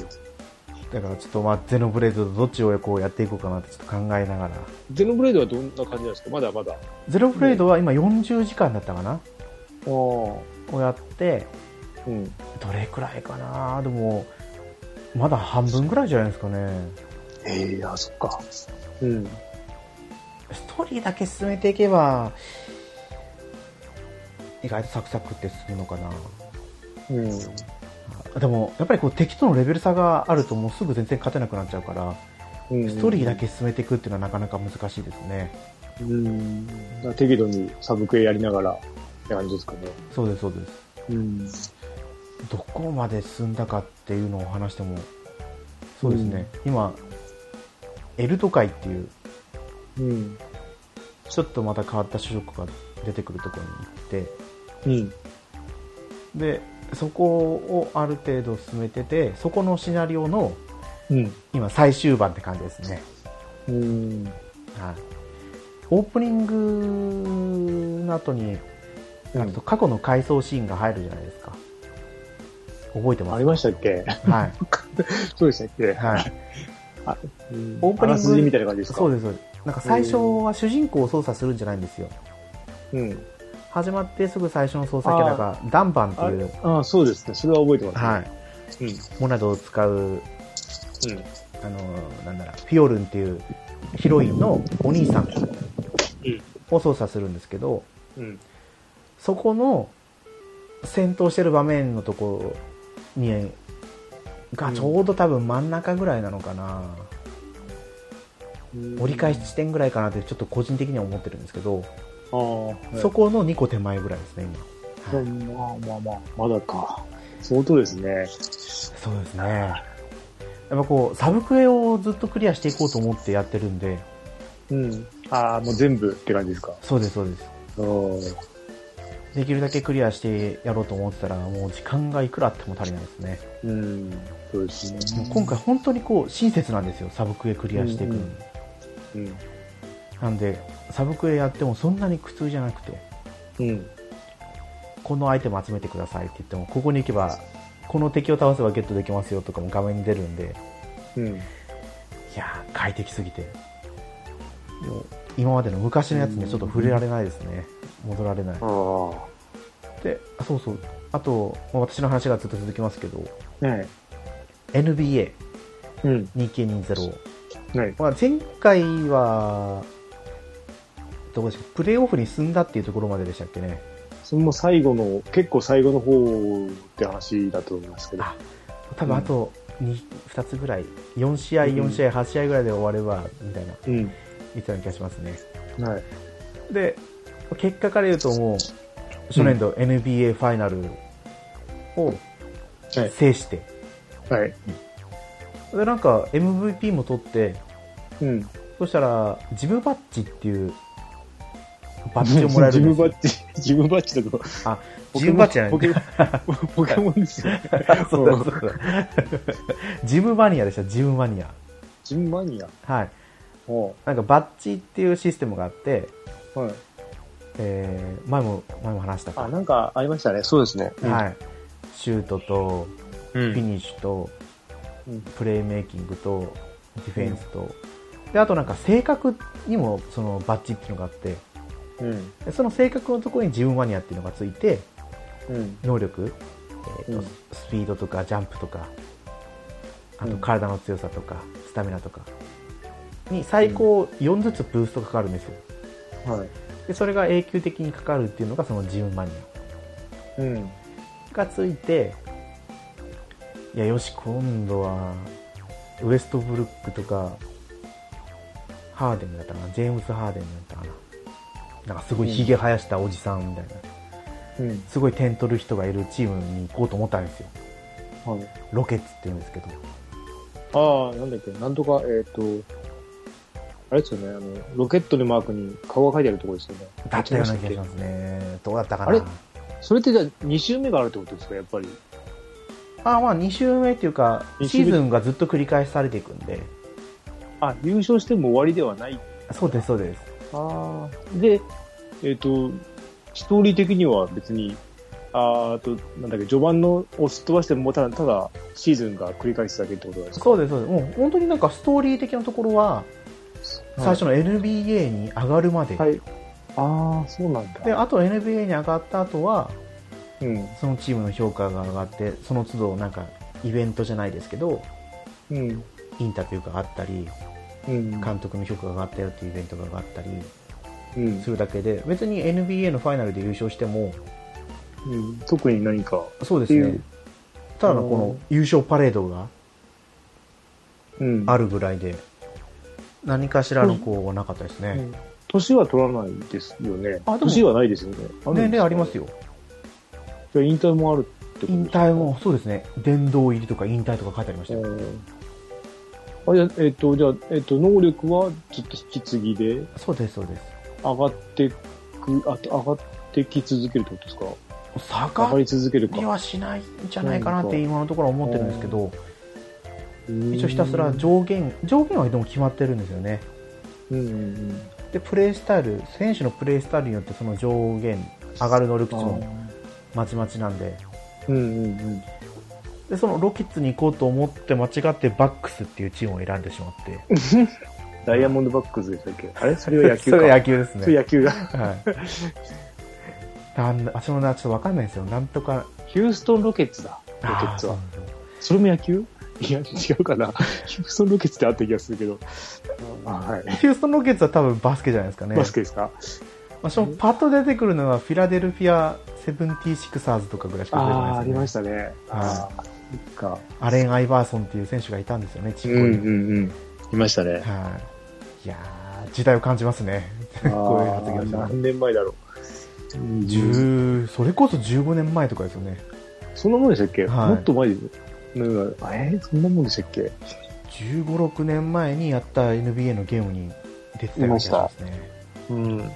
S1: だからちょっと、まあ、ゼノブレードとどっちをこうやっていこうかなってちょっと考えながら。
S2: ゼノブレードはどんな感じなんですかまだまだ。あ
S1: ゼノブレードは今40時間だったかな
S2: あ。う
S1: をやって、
S2: ん。
S1: どれくらいかなでも、まだ半分ぐらいじゃないですかね。
S2: ええあ、そっか。うん。
S1: ストーリーだけ進めていけば、意外とサクサクって進むのかな。
S2: うん。
S1: あでも、やっぱりこう敵とのレベル差があるともうすぐ全然勝てなくなっちゃうから、
S2: うん、
S1: ストーリーだけ進めていくっていうのはなかなか難しいですね。
S2: うん。適度にサブクエやりながらって感じですかね。
S1: そうです、そうです。
S2: うん。
S1: どこまで進んだかっていうのを話しても、そうですね。今、エルト海っていう、
S2: うん。
S1: ちょっとまた変わった種族が出てくるところに行って、
S2: うん。
S1: でそこをある程度進めててそこのシナリオの
S2: うん。
S1: 今最終版って感じですね、
S2: うん。
S1: はい、オープニングの後にあと過去の回想シーンが入るじゃないですか覚えてます
S2: ありましたっけ
S1: はい、
S2: そうでしたっけ
S1: はい、
S2: うん
S1: オープニング
S2: あらすじみたいな感じですか
S1: そうですそうですなんか最初は主人公を操作するんじゃないんですよ
S2: うん。
S1: 始まってすぐ最初の操作キャラがダンバンって
S2: あ
S1: い
S2: れ
S1: う、
S2: あそうですね。それは覚えてます、
S1: はい、
S2: い。
S1: モナドを使う
S2: うん。うん。
S1: あのなんだろうフィオルンっていうヒロインのお兄さんを操作するんですけど
S2: うん。
S1: そこの戦闘してる場面のとこにがちょうど多分真ん中ぐらいなのかな、折り返し地点ぐらいかなってちょっと個人的には思ってるんですけど、
S2: ああ、
S1: そこの2個手前ぐらいですね今、
S2: まあ
S1: はい
S2: まあまあ、まだか。相当ですね。
S1: そうですねやっぱこうサブクエをずっとクリアしていこうと思ってやってるんで
S2: うん。ああ、もう全部って感じですか。
S1: そうですそうです
S2: うん。
S1: できるだけクリアしてやろうと思ってたらもう時間がいくらあっても足りないですね、
S2: うん。そうですね。
S1: もう今回本当にこう親切なんですよサブクエクリアしていくのに、
S2: うんうん。
S1: なんでサブクエやってもそんなに苦痛じゃなくて
S2: うん。
S1: このアイテム集めてくださいって言ってもここに行けばこの敵を倒せばゲットできますよとかも画面に出るんで
S2: うん。
S1: いやー快適すぎてでも今までの昔のやつにはちょっと触れられないですね戻られない
S2: ああ。
S1: であそうそうあと、まあ私の話がずっと続きますけど
S2: はい。
S1: NBA
S2: うん。
S1: 2K20
S2: はい。
S1: まあ、前回は、どこでしたっけプレーオフに進んだっていうところまででしたっけね。
S2: それも最後の、結構最後の方って話だと思いますけど。
S1: あ多分あと 2, 2つぐらい、4試合、
S2: うん
S1: 4試合、8試合ぐらいで終われば、みたいな、
S2: うん。
S1: 言ってたような気がしますね。
S2: はい。
S1: で、結果から言うともう、初年度 NBA ファイナルを
S2: はい。
S1: 制して、
S2: はい。
S1: で、なんか MVP も取って、
S2: うん。
S1: そしたら、ジムバッジっていう、バッジをもらえる
S2: ジ
S1: んで
S2: ム
S1: すよ
S2: バッジ、ジムバッジだと。
S1: あ、ジムバッジじゃない
S2: ポケモンポケモンですよ。
S1: そうだそうだ。ジムマニアでした、ジムマニア。
S2: ジムマニア。
S1: はい。
S2: は
S1: なんかバッジっていうシステムがあって、
S2: い。はい。
S1: えー前も、前も話した
S2: あ、
S1: か。
S2: なんかありましたね。そうですね。
S1: はい。シュートと、
S2: い。う
S1: フィ
S2: ん。
S1: ニッシュと、
S2: うん
S1: プレーメイキングと、ディフェンスと、で、あとなんか性格にもそのバッジっていうのがあって、
S2: うん。
S1: でその性格のところにジムマニアっていうのがついて、
S2: うん。
S1: 能力、えーと
S2: うん
S1: スピードとかジャンプとかあと
S2: うん
S1: 体の強さとか、スタミナとかに最高4ずつブーストがかかるんですよ
S2: はい。
S1: でそれが永久的にかかるっていうのがそのジムマニ
S2: うん。
S1: アがついていやよし今度はウエストブルックとかハーデンだったかなジェームズ・ハーデンだったかななんかすごいひげ生やしたおじさんみたいな、
S2: うん。
S1: すごい点取る人がいるチームに行こうと思ったんですよ
S2: はい。
S1: ロケッツって言うんですけど
S2: ああ、なんだっけ、なんとか、えっ、と、あれですよね、あの、ロケットのマークに顔が書いてあるところですよね。
S1: だったような気がしますね。どうだったかな
S2: あれそれってじゃあ2周目があるってことですか、やっぱり。
S1: あまあ2周目っていうか
S2: 二周
S1: シ
S2: 目
S1: ーズンがずっと繰り返されていくんで
S2: あ、優勝しても終わりではない。
S1: そうですそうです
S2: あで、えっ、と、ストーリー的には別に、あーあと、なんだっけ、序盤のをすっ飛ばしても、ただ、ただ、シーズンが繰り返すだけってことなんですか
S1: そうですそうですもう本当になんかストーリー的なところは最初の NBA に上がるまで、
S2: はい。ああ、そうなんだ。
S1: であと NBA に上がった後は
S2: うん。
S1: そのチームの評価が上がってその都度なんかイベントじゃないですけど
S2: うん。
S1: インタビューがあったり
S2: うん。
S1: 監督の評価が上がったよっていうイベントが上がったり
S2: うん
S1: す。るだけで別に NBA のファイナルで優勝しても
S2: うん特に何か。
S1: そうです
S2: ってい
S1: ね
S2: う
S1: ただのこ
S2: う
S1: の
S2: ん
S1: 優勝パレードが
S2: うん。
S1: あるぐらいで何かしらのこうはなかったです
S2: う
S1: ね
S2: ん年は取らないですよね。
S1: あでも
S2: 年はないですよね。
S1: 年齢あります
S2: よ。
S1: よ
S2: じゃあ引退もあるってことですか
S1: 引退もそうですね殿堂入りとか引退とか書いてありましたよ
S2: あ、じゃあ、えっ、と、じゃあ、えっ、と、能力はずっと引き継ぎで、
S1: そうですそうです
S2: 上がってく、あ上がってき続けるってことです
S1: 下
S2: か上
S1: が
S2: がり続けるか
S1: り。はしないんじゃないかなって今のところは思ってるんですけど一
S2: 一
S1: 応ひたすら上限上限はでも決まってるんですよね
S2: うんうんうん。
S1: でプレースタイル選手のプレースタイルによってその上限上がる能力値もまちまちなんで
S2: うんうんうん。
S1: でそのロキッズに行こうと思って間違ってバックスっていうチームを選んでしまって
S2: ダイヤモンドバックスでしたっけあれそれは野 球
S1: そ
S2: か。
S1: れは野球ですね
S2: それ野球だ。
S1: はい。なんだ、あ、そのな、ちょっとわかんないですよ。なんとか、
S2: ヒューストンロケッツだ。ロケ
S1: あ
S2: ッ
S1: ー
S2: ツ
S1: そう
S2: は
S1: な。んですよ
S2: それも野球いや、違うかな。ヒューストンロケッツってあった気がするけど。あはい。
S1: ヒューストンロケッツは多分バスケじゃないですかね。
S2: バスケですか
S1: まあ、そのパッと出てくるのはフィラデルフィアセブンティシクサーズとかぐらいしか出てこない
S2: ああー、ありま
S1: です
S2: し
S1: よね。
S2: たね。ああ、そっか。
S1: アレン・アイバーソンっていう選手がいたんですよね、チームに
S2: うん。いましたね。
S1: はい。いやー、時代を感じますね。こういう発言したら
S2: 何年前だろう。10
S1: 10それこそ15年前とかですよね。
S2: そんなもんでしたっけ、
S1: はい
S2: もっと前でなんかえーそんなもんでしたっけ
S1: 15、6年前にやった NBA のゲームに出てたような気がしますね。
S2: うん。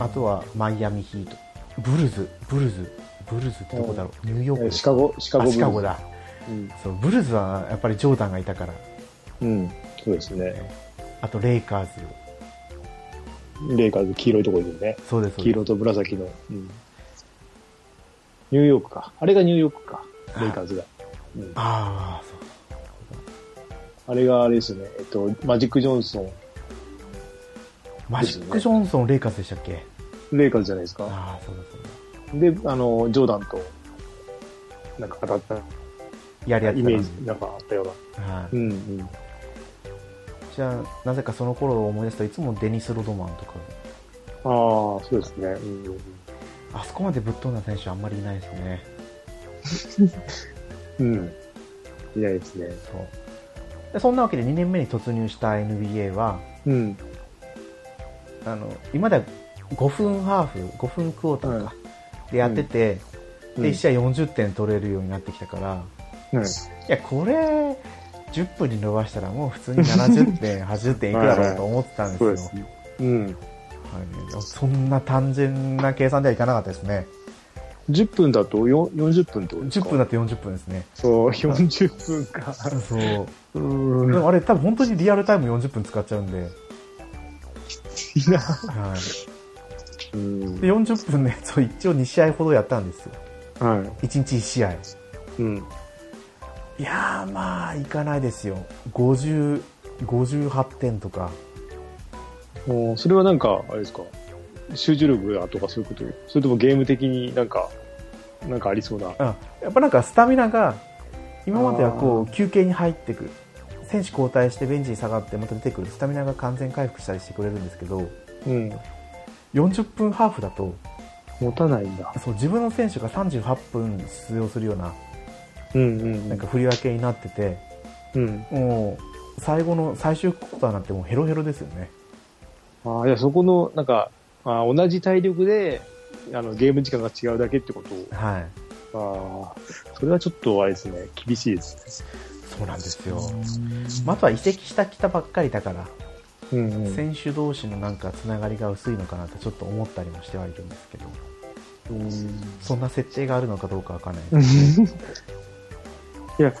S1: あとはマイアミヒート、ブルズ、ブルズ、ブルズってどこだろう、ニューヨーク
S2: シカゴ、シカゴ
S1: あ
S2: ブルー
S1: シ
S2: ズ
S1: カゴ。だ
S2: うん。
S1: そう、ブルズはやっぱりジョーダンがいたから、
S2: うん。そうですね。
S1: あとレイカーズ、
S2: レイカーズ、黄色いところですね。
S1: そうです、そうで
S2: 黄
S1: す
S2: 色と紫の。うん。ニューヨークか。あれがニューヨークか。レイカーズが。うん
S1: ああ、そう
S2: あれがあれですね。えっと、マジック・ジョンソ
S1: マジック・ジョンソン、レイカーズでしたっけ、
S2: ン、レイカーズじゃないですか。
S1: ああ、そうだそうだ、
S2: で、あの、ジョーダンと、なんか当たっ
S1: やり
S2: た
S1: 合
S2: イ
S1: って
S2: メ
S1: た
S2: ージ、なんかあったような。
S1: な、は
S2: う
S1: い、
S2: んうん。
S1: じゃあ、なぜかその頃を思い出すといつもデニス・ロドマンとか、
S2: ああ、そうですね。うんうん
S1: あそこまでぶっ飛んだ選手、あんまりいないですね。
S2: うん。うん。いないですね。
S1: そうでそんなわけで2年目に突入した NBA は、
S2: うん。
S1: あの今では5分ハーフ5分クォーターか、でやってて、で1試合40点取れるようになってきたから、
S2: うん。
S1: いやこれ10分に伸ばしたらもう普通に70点80点いくだろうと思ってたんです
S2: そう
S1: よ、
S2: ですね。うん。
S1: はい、そんな単純な計算ではいかなかったですね
S2: 10分だとよ40分ってことですか
S1: 10分だって40分ですね
S2: そう、40分か。
S1: そう
S2: う
S1: で
S2: ーん。
S1: もあれ多分本当にリアルタイム40分使っちゃうんで,、
S2: いいな。
S1: はい、
S2: うん。
S1: で40分のやつを一応2試合ほどやったんですよ
S2: は
S1: 1日1試合
S2: い。うん。
S1: いやーまあいかないですよ50 58点とか
S2: もうそれはなんか、あれですか、集中力だとかそういうことそれともゲーム的になんか、なんかありそうな。
S1: あやっぱなんかスタミナが今まではこう休憩に入ってく選手交代してベンチに下がってまた出てくるスタミナが完全回復したりしてくれるんですけど
S2: うん。
S1: 40分ハーフだと
S2: 持たないんだ。
S1: そう自分の選手が38分出場するような
S2: うんうん。
S1: なんか、振り分けになってて
S2: うん。
S1: もう最後の最終クォーターなんてもうヘロヘロですよね
S2: ああ、じゃあそこの、なんか、あー同じ体力で、あの、ゲーム時間が違うだけってこと
S1: はい
S2: ああ、それはちょっとあれですね、厳しいです。
S1: そうなんですよ、まあ、あとは移籍したきたばっかりだから
S2: うんうん。
S1: 選手同士のなんかつながりが薄いのかなってちょっと思ったりもしてはいるんですけどそんな設定があるのかどうかわかんない
S2: うんいや、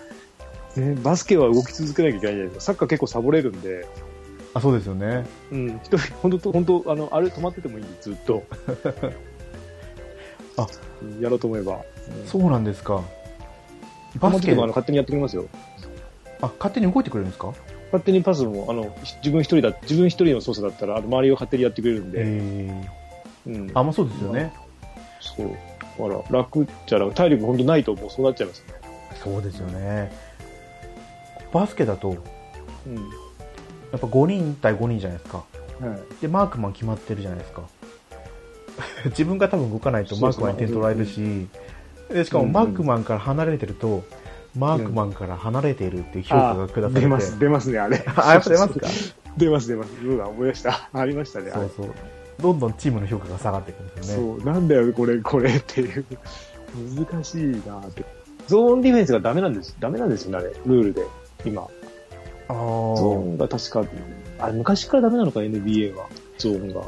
S2: ね、バスケは動き続けなきゃいけないじゃないですか。サッカー結構サボれるんで、
S1: あそうですよね
S2: うん、一人、本当本当あの、あれ止まっててもいいんで、ずっと。
S1: あ
S2: やろうと思えば。。
S1: そううなんですか
S2: バ
S1: バ
S2: ス
S1: ス
S2: ケ
S1: ケ
S2: もあの勝手にやってくれますよ。
S1: あ勝手に動いてくれるんですか
S2: 勝手にパスも、あの、自分一人だ、自分一人の操作だったら、あの周りが勝手にやってくれるんで、
S1: え
S2: うん。
S1: ー、あまあそうですよね
S2: そう。だから、楽っちゃ楽。体力本当ないと、もうそうなっちゃいますね。
S1: そうですよねバスケだと
S2: うん。
S1: やっぱ5人対5人じゃないですか
S2: はい。
S1: でマークマン決まってるじゃないですか 自分が多分動かないとマークマンに点取られるしでしかも
S2: うん
S1: マークマンから離れてると、マークマンから離れているっていう評価が下されて
S2: 出ます、出ますね、あれ。
S1: あやっぱ出ますか
S2: 出ます、出ます。うわ、思い出した。ありましたね、あ
S1: そ
S2: れ
S1: う。そうどんどんチームの評価が下がっていくんですよね
S2: そう、なんだよ、これ、これっていう。難しいなって。ゾーンディフェンスがダメなんです。ダメなんですよね、あれ。ルールで。今。
S1: ああ
S2: ゾーンが確か、あれ、昔からダメなのか、NBA は。ゾーンが。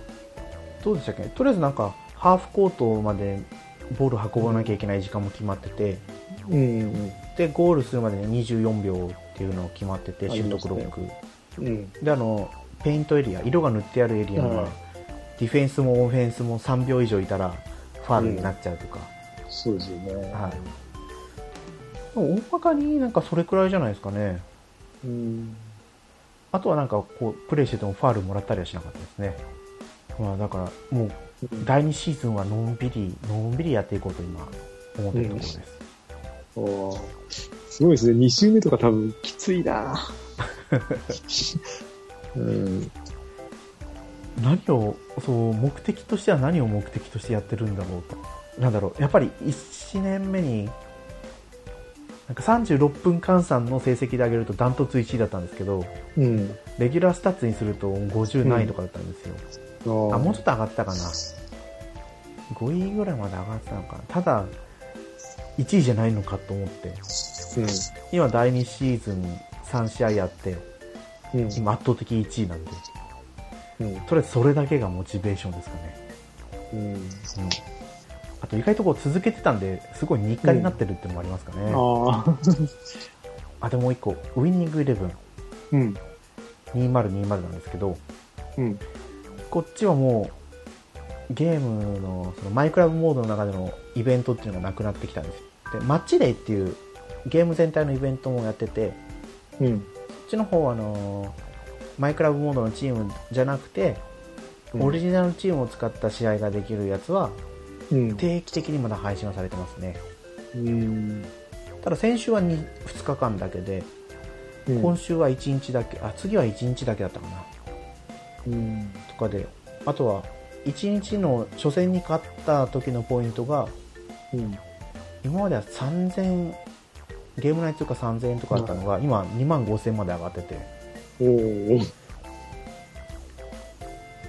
S1: どうでしたっけとりあえずなんかハーフコートまでボール運ばなきゃいけない時間も決まってて
S2: うん、
S1: でゴールするまでに24秒っていうのを決まってて
S2: あ
S1: シュート
S2: いいです
S1: クロ
S2: ね
S1: ック、
S2: うん。
S1: であのペイントエリア色が塗ってあるエリアは、
S2: うん
S1: ディフェンスもオフェンスも3秒以上いたらファウルになっちゃうとか、
S2: そうですよね。
S1: はいでも大まかになんかそれくらいじゃないですかね
S2: うん。
S1: あとはなんかこうプレーしててもファウルもらったりはしなかったですねまあだからもう第2シーズンはのんびりのんびりやっていこうと今思ってるところです、
S2: おーすごいですね。2周目とか多分きついな うん。
S1: 何をそう目的としては何を目的としてやってるんだろうとなんだろうやっぱり1年目になんか36分換算の成績で上げるとダントツ1位だったんですけど
S2: うん。
S1: レギュラースタッツにすると50何位とかだったんですよ、
S2: あー
S1: あもうちょっと上がったかな5位ぐらいまで上がってたのかなただ1位じゃないのかと思って今第2シーズン3試合やって
S2: うん。うん。
S1: 今圧倒的1位なんで
S2: うん。
S1: とりあえずそれだけがモチベーションですかね
S2: うん。
S1: うんあと意外とこう続けてたんですごい日課になってるってのもありますかね、
S2: ああ。
S1: あでもう一個ウイニングイレブン
S2: うん。
S1: 2020なんですけど
S2: うん。
S1: こっちはもうゲームのそのマイクラブモードの中でのイベントっていうのがなくなってきたんですよでマッチデーっていうゲーム全体のイベントもやってて
S2: うん。
S1: こっちの方はあのーマイクラブモードのチームじゃなくて、オリジナルチームを使った試合ができるやつは
S2: うん。
S1: 定期的にまだ配信はされてますね
S2: うん。
S1: ただ先週は 2, 日間だけで今週は1日だけあ次は1日だけだったかな
S2: うん。
S1: とかであとは1日の初戦に勝った時のポイントが
S2: うん。
S1: 今までは3000ゲーム内通貨3000円とかあったのが今2万5000まで上がってて
S2: おお。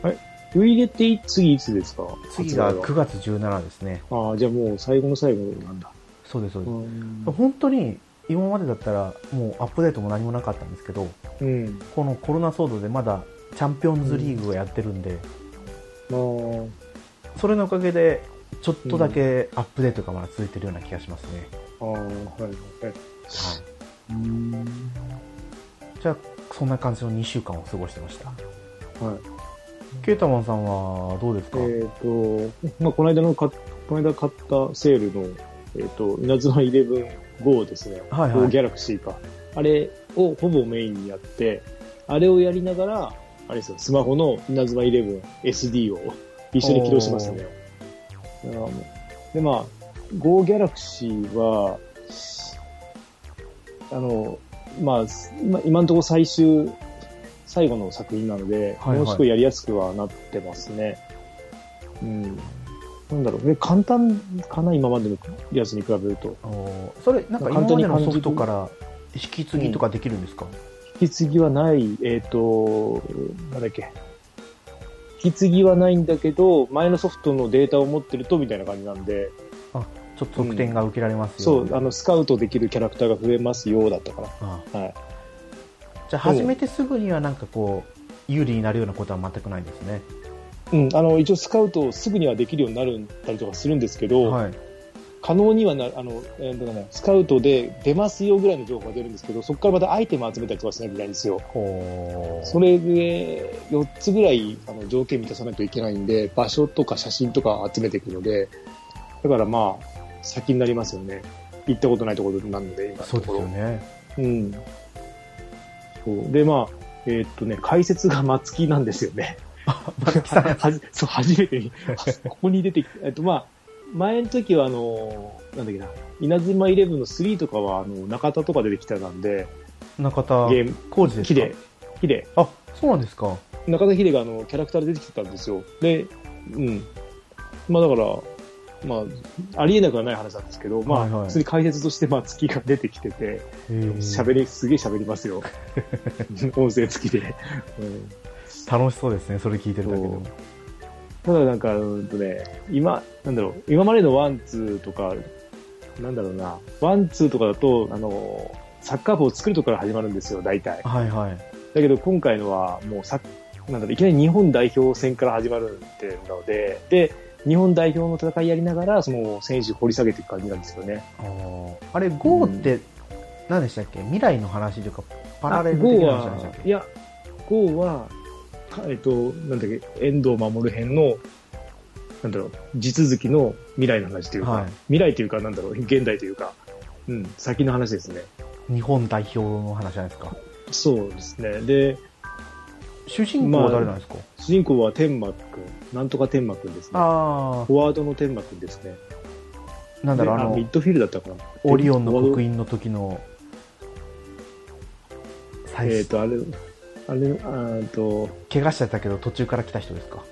S2: あれウイレって次いつですか
S1: 次が9
S2: 発
S1: 月17ですね
S2: 売はああ、じゃあもう最後の最後なんだ。
S1: そうですそうです、
S2: ん
S1: 本当に今までだったらもうアップデートも何もなかったんですけど
S2: うん。
S1: このコロナ騒動でまだチャンピオンズリーグをやってるんで、
S2: ああ。
S1: それのおかげでちょっとだけアップデートがまだ続いてるような気がしますね、
S2: ああ、はいは
S1: は
S2: い。
S1: い
S2: うん。
S1: じゃあそんな感じの2週間を過ごしてました
S2: はい。
S1: ケータマンさんはどうです
S2: え
S1: か、
S2: っ、と、まあ、この間のか、この間買ったセールの、えっ、と、稲妻11GO ですね。
S1: はいはい
S2: GO ギャラクシーか。あれをほぼメインにやって、あれをやりながら、あれですよ、スマホの稲妻 11SD を一緒に起動しましたね。あので、まあ、GO ギャラクシーは、あの、まあ、今今のところ最終、最後の作品なので、
S1: はいはい
S2: もうすごいやりやすくはなってますね。うん。なんだろうね、簡単かな、今までのやつに比べると。
S1: おーそれなんか今
S2: 簡
S1: ま
S2: 単に
S1: でのソフトから引き継ぎとかできるんですか、
S2: 引き継ぎはない、えっ、と、なんだっけ。引き継ぎはないんだけど、前のソフトのデータを持ってると、みたいな感じなんで、
S1: ちょっと得点が受けられますよ、
S2: そう、あの、スカウトできるキャラクターが増えますよ、だったか
S1: あ
S2: な。はい。
S1: じゃあ始めてすぐにはなんかこう有利になるようなことは全くないですね
S2: うん、あの一応スカウトすぐにはできるようになるたりとかするんですけど、
S1: はい。
S2: 可能にはなあの、えーとね、スカウトで出ますよぐらいの情報が出るんですけどそこからまたアイテム集めたりとかしなきゃいけないんですよ
S1: ほう。
S2: それで4つぐらいあの条件満たさないといけないんで場所とか写真とか集めていくのでだからまあ先になりますよね行ったことないところなので今の
S1: そうで
S2: とこ
S1: す
S2: ろ
S1: よね。
S2: うん。そう。で、まあ、えーっとね、解説が松木なんですよね。松木さん はじそう、初めて見 ここに出てきて、えっと、まあ、前の時は、あの、なんだっけな、稲妻イレブンの3とかは、あの、中田とか出てきたなんで、
S1: 中田
S2: ゲーム、
S1: 浩二ですか
S2: ヒデ、ヒデ、
S1: あ、そうなんですか。
S2: 中田ヒデがあの、キャラクターで出てきてたんですよ。で、うん。まあ、だから、まあ、ありえなくはない話なんですけど、まあ、
S1: はいはい
S2: 普通に解説として松木が出てきてて、喋
S1: 喋
S2: り、すげえ喋りま すよ。音声付きで。うん
S1: 楽しそうですね、それ聞いてるだけでも。
S2: ただなんか、うんとね、今、なんだろう、今までのワン、ツーとか、なんだろうな、ワン、ツーとかだと、あの、サッカー部を作るとこから始まるんですよ、大体。
S1: はいはい。
S2: だけど今回のは、もうサッなんだろう、いきなり日本代表戦から始まるっていうので、で、日本代表の戦いやりながら、その選手掘り下げていく感じなんですよね。
S1: あーあれ、GO って、何でしたっけ未来の話というか、パラレル
S2: あ
S1: 的
S2: ゴー
S1: な話でした
S2: は
S1: っ、
S2: い
S1: け
S2: や、ゴーは、かえっと、なんだっけ、遠藤守編の、なんだろう、地続きの未来の話というか、
S1: はい
S2: 未来というか、なんだろう、現代というか、うん、先の話ですね。
S1: 日本代表の話じゃないですか。
S2: そうですね。で、
S1: 主人公は誰なんですか、
S2: 主人公は天馬くん、なんとか天馬くんですね。
S1: あ
S2: フォワードの天馬くんですね。
S1: あ、なんだろう、
S2: で
S1: あ
S2: ミ
S1: の
S2: ッ、ドフィールダーだったかな。
S1: オリオンの
S2: フォワード
S1: 刻印の時の、最
S2: えっ、
S1: 初、
S2: と、あれ、あれ、あーっと、
S1: 怪我しちゃったけど途中から来た人ですか。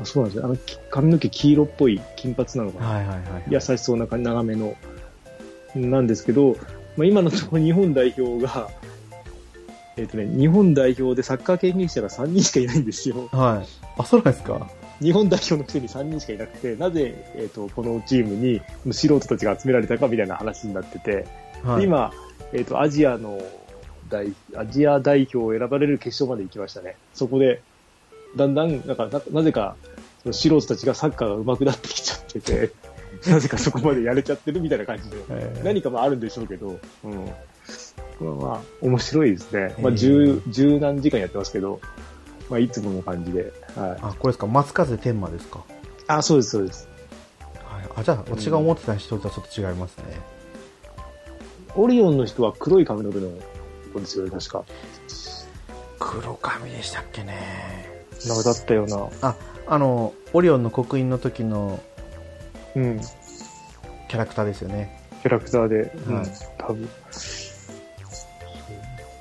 S2: あそうなんですね。あの、き髪の毛黄色っぽい金髪なのかな。
S1: はいはいはい。
S2: 優しそうな感じ、長めの、なんですけど、まあ、今のところ日本代表が、えっ、とね、日本代表でサッカー経験者が3人しかいないんですよ。
S1: はい。あ、そうなんですか。
S2: 日本代表のくせに3人しかいなくて、なぜ、えっ、と、このチームに素人たちが集められたかみたいな話になってて、
S1: はい、
S2: で今、えっ、と、アジアの代、アジア代表を選ばれる決勝まで行きましたね。そこで、だんだん、なんか、ななぜか、その素人たちがサッカーが上手くなってきちゃって て、なぜかそこまでやれちゃってるみたいな感じで。
S1: えー
S2: 何かもあるんでしょうけど、うん。これはまあ、面白いですね。まあ、
S1: えー
S2: 十、十何時間やってますけど、まあ、いつもの感じで。はい。
S1: あ、これですか。松風天馬ですか。
S2: あ、そうです、そうです。
S1: はい、あじゃあ私が思ってた人とはちょっと違いますね、
S2: オリオンの人は黒い髪の毛の子ですよね、確か。
S1: 黒髪でしたっけね
S2: なんかだったよう
S1: ああのオリオンの刻印の時の
S2: な、うん、キ
S1: キャラクターですよね
S2: ャラクターで、うん、
S1: はい
S2: 多分。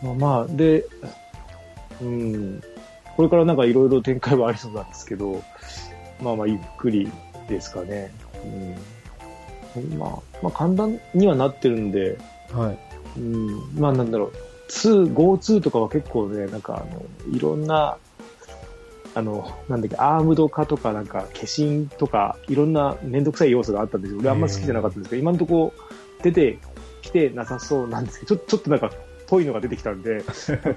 S2: まあ、まあ、で、うん、これからなんかいろいろ展開はありそうなんですけど、まあまあ、ゆっくりですかね。うん、まあ、まあ、簡単にはなってるんで、
S1: はい
S2: うん、まあなんだろう、2、GO2 とかは結構ね、なんかあの、いろんな、あの、なんだっけ、アームド化とか、なんか、化身とか、いろんなめんどくさい要素があったんですよ。俺あんま好きじゃなかったんですけど、今のところ出てきてなさそうなんですけど、ちょちょっとなんか、ぽいのが出てきたん で、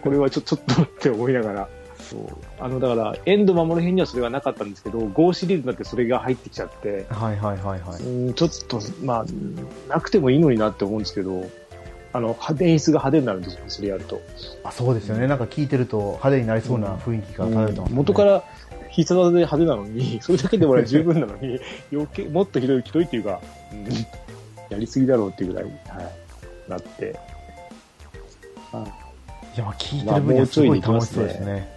S2: これはちょ、ちょっとって思いながら。そうあのだから、エンド守る辺にはそれがなかったんですけど、GO シリーズになってそれが入ってきちゃって、
S1: はいはいはいはいう
S2: うんちょっと、まあ、うんなくてもいいのになって思うんですけど、あの、派手演出が派手になるんですよね、それやると。
S1: あそうですよねなんか聞いてると派手になりそうな雰囲気が漂ってます、ね
S2: 元から必殺技で派手なのに、 それだけでも俺は十分なのに、 余計、もっとひどい、ひどいっていうか、うんやりすぎだろうっていうぐらい、はい、なって。
S1: いやまあ聞いてる分にはすごい楽しそうですね,、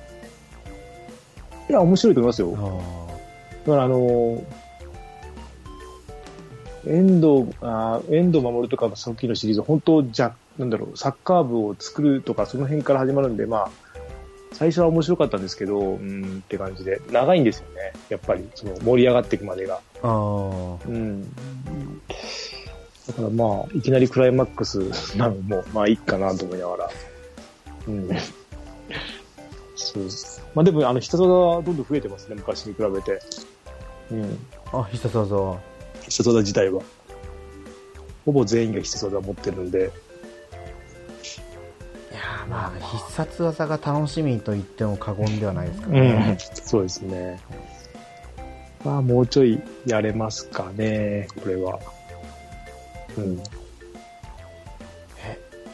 S2: いや、面白いと思いますよ。
S1: あ
S2: だからあのー遠藤、あー遠藤守とかの初期のシリーズ、本当じゃ、なんだろう、サッカー部を作るとか、その辺から始まるんで、まあ、最初は面白かったんですけど、うーんって感じで、長いんですよね、やっぱり、その盛り上がっていくまでが。
S1: ーあ
S2: うん。だからまあ、いきなりクライマックス なのも、まあいいかなと思いながら。うん。そうです。まあでも、あの、人技はどんどん増えてますね、昔に比べて。うん。
S1: ーあ必殺技は
S2: 必殺技自体は。ほぼ全員が必殺技持ってるんで。
S1: いやーまあ必殺技が楽しみと言っても過言ではないですから
S2: うん
S1: ね、。
S2: そうですね。まあ、もうちょいやれますかね、これは。うん。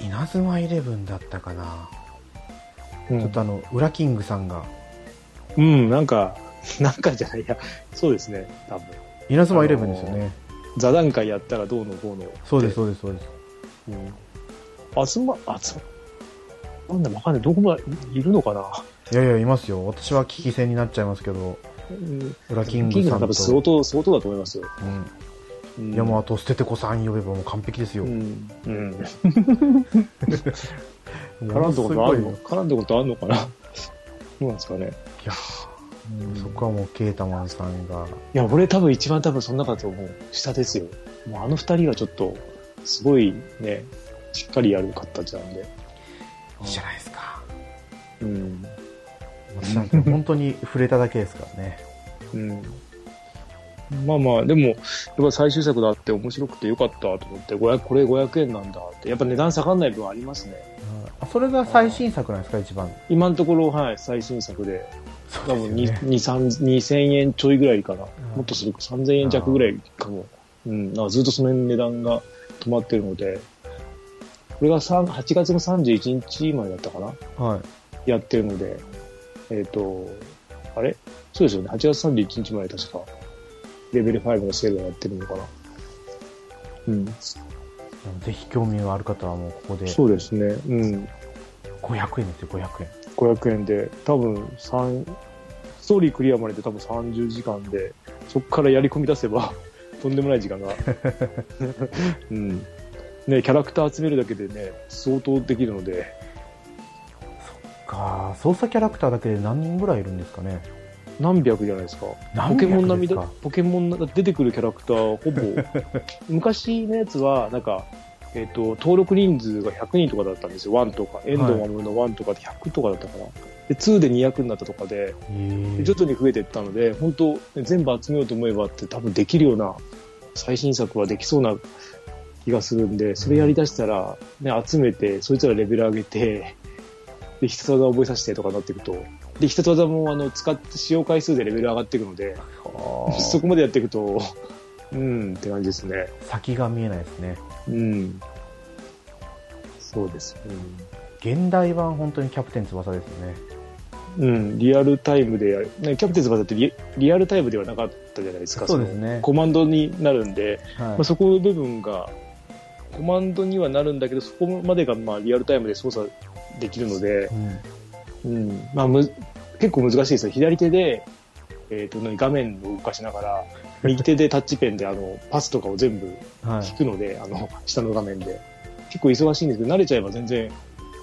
S1: 稲妻イレブンだったかな、ち
S2: う
S1: ょっ
S2: ん
S1: と、あの裏キングさんが
S2: うんなんか、なんかじゃないや、そうですね、多分。
S1: 稲妻イレブンですよね、
S2: 座談会やったらどうのこうの。
S1: そうですそうですそうです
S2: うん。あつま、あつま、なんだわかんない。どこまでいるのかな。
S1: いやいやいますよ私は危機戦になっちゃいますけど
S2: うん。
S1: 裏キ
S2: キ
S1: ン
S2: ン
S1: グ
S2: グ
S1: さん
S2: さ
S1: と
S2: ん多分相当、相当だと思いますよ。
S1: うん
S2: うん
S1: いやもうあと捨てて子さん呼べばもう完璧ですよ、
S2: うん。うん。
S1: も
S2: 絡
S1: の
S2: んだ
S1: す
S2: こ
S1: ごい
S2: とある
S1: よ
S2: の絡んだことあるのかな そうなんですかね。
S1: いや
S2: うん
S1: そこはもうケータマンさんが
S2: いや、俺多分一番多分その中だと思う。下ですよ。もうあの二人がちょっと、すごいね、しっかりやる方じゃんで。
S1: いいじゃないですか
S2: うん。
S1: 私なんて本当に触れただけですからね
S2: うん。まあまあ、でも、やっぱ最終作だって面白くてよかったと思って、500これ500円なんだって。やっぱ値段下がんない分ありますね。
S1: あそれが最新作なんですか一番
S2: 今のところ、はい、最新作で、
S1: そ
S2: 多分
S1: で
S2: に
S1: すよね
S2: にさん2000円ちょいぐらいかな。
S1: うん
S2: もっとするか3000円弱ぐらいかも。うん。なんかずっとその辺の値段が止まってるので、これが3 8月の31日までだったかな
S1: はい
S2: やってるので、えっ、と、あれそうですよね。8月31日まで確か、レベル5のセールをやってるのかな。うん。
S1: ぜひ興味がある方はもうここで
S2: そうですね。うん。
S1: 500円ですよ500円
S2: 500円で、多分三ストーリークリアまでで多分30時間で、そこからやり込み出せば、 とんでもない時間が。うん。ね、キャラクター集めるだけでね、相当できるので、
S1: か操作キャラクターだけで何人ぐらいいるんですかね
S2: 何百じゃないですか。
S1: 何
S2: ポケ
S1: 百
S2: モン並
S1: で
S2: み
S1: す
S2: だ
S1: か、
S2: ポケモンが出てくるキャラクター、 ほぼ、昔のやつは、なんか、えっ、と、登録人数が100人とかだったんですよ、1とか。エンドマムの1とかで100とかだったかな。で、2で200になったとかで、
S1: えー
S2: 徐々に増えていったので、本当、全部集めようと思えばって多分できるような、最新作はできそうな気がするんで、それやりだしたら、ね、集めて、そいつらレベル上げて、で、必殺技を覚えさせてとかなっていくと、で、必殺技も、あの、使って、使用回数でレベル上がっていくので、そこまでやっていくと、うんって感じですね。
S1: 先が見えないですね
S2: うん。そうです。うん
S1: 現代版本当にキャプテン翼ですよね
S2: うん、リアルタイムでやる、ね、キャプテンズバザってリリアルタイムではなかったじゃないですか、
S1: そうですね
S2: のコマンドになるんで、
S1: はい
S2: まあ、そこの部分が、コマンドにはなるんだけど、そこまでがまあリアルタイムで操作できるので、
S1: うん
S2: うんまあ、む結構難しいですよ、左手で、えー、と何画面を動かしな がら、右手でタッチペンであのパスとかを全部
S1: はい
S2: 引くので、あの下の画面で、結構忙しいんですけど、慣れちゃえば全然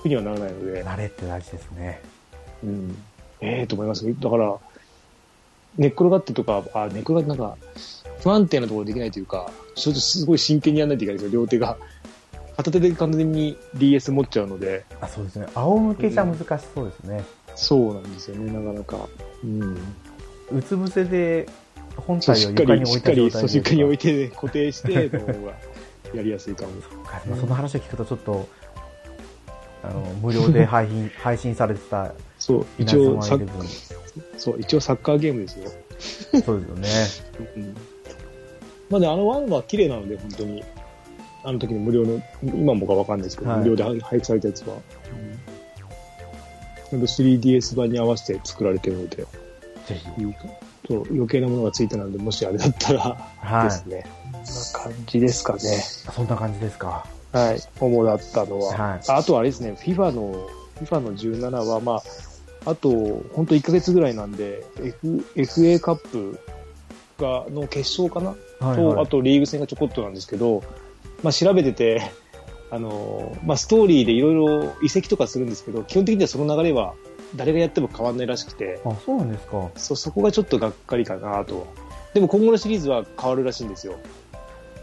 S2: 苦にはならないので。
S1: 慣れって大事ですね
S2: うん、ええと思いますよだから、寝っ転がってとか、あ、寝っ転がってなんか、不安定なところできないというか、ちょっとすごい真剣にやらないといけないですよ、両手が。片手で完全に DS 持っちゃうので、
S1: あそうですね仰向けじゃ難しそうですね、
S2: そうなんですよね、なかなか。うん。
S1: うつ伏せで本
S2: そう
S1: 体
S2: し
S1: を
S2: っか
S1: 床に
S2: り、
S1: 置い
S2: しっか
S1: た状
S2: り、そ
S1: 態
S2: うしっかり置い
S1: て
S2: て、固定して、の方がやりやすいかも。
S1: その話を聞くとちょっとあの無料で配 信配信されてた
S2: そう、
S1: 稲
S2: 一応
S1: 妻イ
S2: サ
S1: レ
S2: ッ、
S1: ブン
S2: そう、一応サッカーゲームですよ。
S1: そうですよ ね
S2: うんまあね、あのワンは綺麗なので、本当に。あの時の無料の、今もかわかんないですけど、
S1: はい
S2: 無料で配配布されたやつは。うん、3DS 版に合わせて作られてるので、
S1: ぜひ
S2: いいかそう余計なものがついてなんで、もしあれだったら、
S1: は
S2: です
S1: い
S2: ね。こんな感じですかね。
S1: そんな感じですか
S2: はい。主だったのは。
S1: はい
S2: ああとはあれですね、FIFA の、FIFA の17は、まあ、あと、本当1ヶ月ぐらいなんで、F、FA カップが、の決勝かな
S1: はい
S2: と、
S1: はい
S2: あとリーグ戦がちょこっとなんですけど、まあ、調べてて、 あのまあ、ストーリーでいろいろ移籍とかするんですけど、基本的にはその流れは誰がやっても変わんないらしくて、
S1: あそうなんですか
S2: そそこがちょっとがっかりかなと。でも今後のシリーズは変わるらしいんですよ、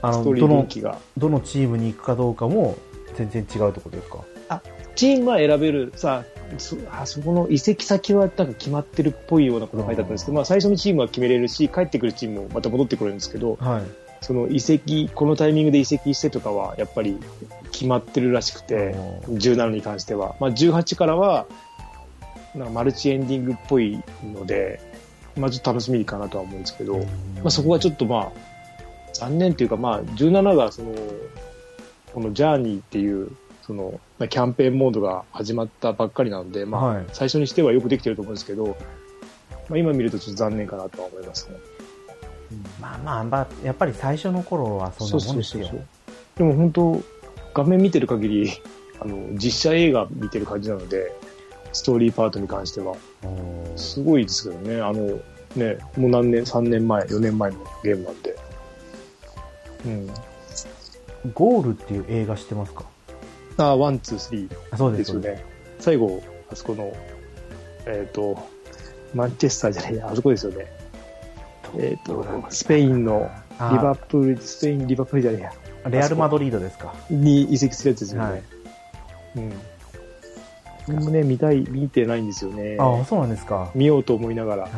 S1: あ
S2: ス
S1: の
S2: トーリ
S1: ど
S2: ー分
S1: の
S2: 岐が。
S1: どのチームに行くかどうかも全然違うってことですか
S2: チームは選べる、さあそあそこの移籍先はなんか決まってるっぽいようなことが書いてあったんですけど、まあ、最初のチームは決めれるし、帰ってくるチームもまた戻ってくるんですけど、
S1: はい
S2: その移籍、このタイミングで移籍してとかは、やっぱり決まってるらしくて、
S1: お
S2: 17に関しては。まあ、18からは、なんかマルチエンディングっぽいので、まあ、ちょっと楽しみかなとは思うんですけど、まあ、そこがちょっとまあ、残念というか、まあ、17がその、このジャーニーっていう、その、まあキャンペーンモードが始まったばっかりなので、まあ、
S1: はい。
S2: 最初にしてはよくできてると思うんですけど、まあ、今見るとちょっと残念かなとは思いますね。
S1: まあまあ、まあ、やっぱり最初の頃はそんなもんですよ。
S2: う。でも本当、画面見てる限り、 あの、実写映画見てる感じなので、ストーリーパートに関しては。
S1: おー
S2: すごいですけどね、あの、ね、もう何年、3年前、4年前のゲームなんで。うん。
S1: ゴールっていう映画知ってますか
S2: あ、ワン、ツー、スリ
S1: あそう
S2: ー
S1: で
S2: ですす
S1: よ
S2: よ
S1: ね。
S2: ね。最後、あそこの、えっ、と、マンチェスターじゃない、あそこですよね。えっ、
S1: どうだった
S2: と、スペインの、
S1: あー
S2: リバプール、スペイン、リバプールじゃないや、
S1: レアル・マドリードですか。
S2: に移籍するやつですよね。
S1: はい
S2: うん。これもね、見たい、見てないんですよね。
S1: ああ、そうなんですか。
S2: 見ようと思いながら。
S1: はい。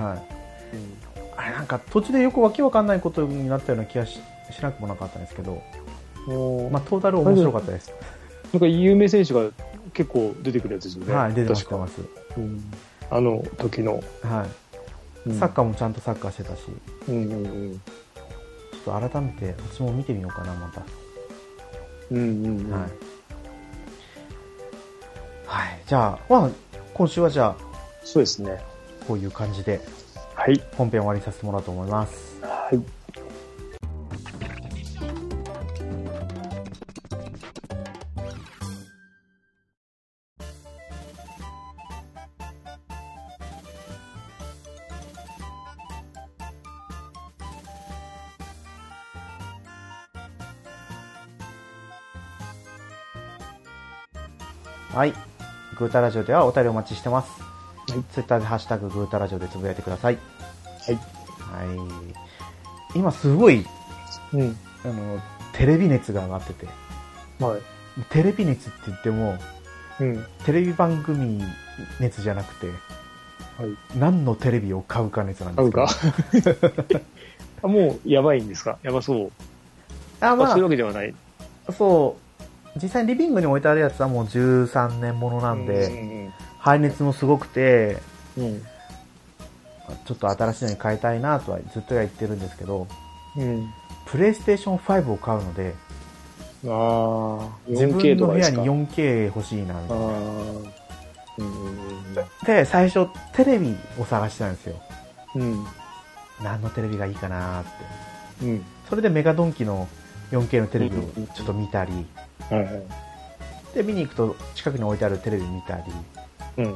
S2: うん
S1: あれ、なんか途中でよくわけわかんないことになったような気がししなくもなかったんですけど、
S2: もう
S1: まあ、トータル面白かったです。
S2: なんか有名選手が結構出てくるやつですよね。
S1: はい、出てます、
S2: 確
S1: 出て
S2: か。
S1: ます。
S2: うんあの時の。
S1: はい。
S2: うん
S1: サッカーもちゃんとサッカーしてたし、ちょ
S2: うんうんうん。
S1: っと改めて私も見てみようかな、また。
S2: うんうんうん。
S1: はい。はい。じゃあ、まあ、今週はじゃあ、
S2: そうですね。
S1: こういう感じで
S2: はい。
S1: 本編終わりにさせてもらおうと思います。
S2: はい。
S1: はい。グータラジオではお便りお待ちしてます。
S2: はい
S1: ツイッターでハッシュタググータラジオでつぶやいてください。
S2: はい。
S1: はい。今すごい、
S2: うん。
S1: あの、テレビ熱が上がってて、
S2: は
S1: テレビ熱って言っても、
S2: い。うん。は
S1: テレビ番組熱じゃなくて、
S2: い。
S1: 何のテレビを買うか熱なんで
S2: 買
S1: す
S2: う
S1: けど。
S2: か あもう、やばいんですかやばそう。
S1: あ、
S2: あ、
S1: ま
S2: そういう
S1: あ
S2: わ、けではない。
S1: そう。実際リビングに置いてあるやつはもう13年ものなん
S2: う
S1: で、
S2: ん
S1: 排熱もすごくて、
S2: うんうん。
S1: ちょっと新しいのに変えたいなとはずっとは言ってるんですけど、
S2: うん。
S1: プレイステーション5を買うので、
S2: ああ、
S1: 自分
S2: 4K
S1: の
S2: とか
S1: 部
S2: で
S1: 屋
S2: す
S1: に
S2: か。
S1: 4K 欲しいなみ
S2: あ
S1: たいな。
S2: ーうんうん
S1: で、最初テレビを探してたんですよ。
S2: うん。
S1: 何のテレビがいいかなって。
S2: うん。うん。
S1: それでメガドンキの 4K のテレビをちょっと見たり、
S2: はいはい。
S1: で、見に行くと近くに置いてあるテレビ見たり、
S2: うん。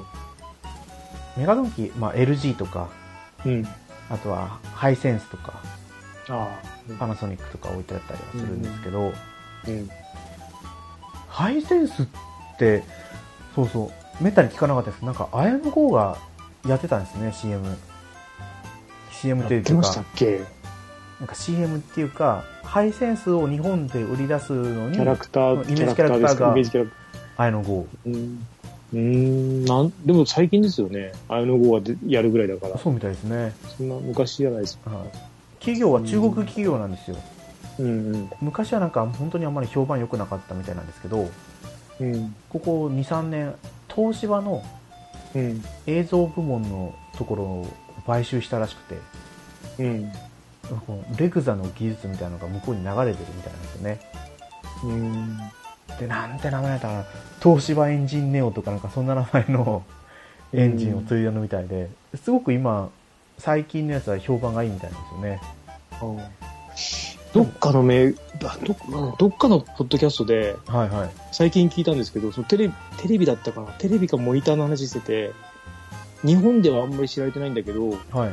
S1: メガドンキ、まあ LG とか、
S2: うん。
S1: あとはハイセンスとか、
S2: あ
S1: パナソニックとか置いてあったりはするんですけど、
S2: あ。うん。
S1: ハイセンスってそうそうめったに聞かなかったですなんか綾野剛がやってたんですね CMCM とい
S2: や
S1: う
S2: ってまし
S1: か
S2: たっけ
S1: なんか CM っていうかハイセンスを日本で売り出すのに
S2: キャラクター、
S1: イメージキャラクターが
S2: イメージキャラク
S1: 綾野剛
S2: ター。うん。うーんなんでも最近ですよね。綾野剛がでやるぐらいだから。
S1: そうみたいですね、
S2: そんな昔じゃないです。
S1: はい、企業は中国企業なんですよ
S2: うんうん。
S1: 昔はなんか本当にあんまり評判良くなかったみたいなんですけど
S2: うん。
S1: ここ23年東芝の
S2: うん。
S1: 映像部門のところを買収したらしくて
S2: うん。
S1: このレグザの技術みたいなのが向こうに流れてるみたいなんですよね
S2: うん。
S1: でなんて名前だったかな東芝エンジンネオとかなんかそんな名前のエンジンを取り上げるみたいで、すごく今最近のやつは評判がいいみたいなんですよね
S2: どっかの名、あどっどっかのポッドキャストで、
S1: はいはい
S2: 最近聞いたんですけど、そのテレビ、テレビだったかなテレビかモニターの話してて、日本ではあんまり知られてないんだけど、
S1: はい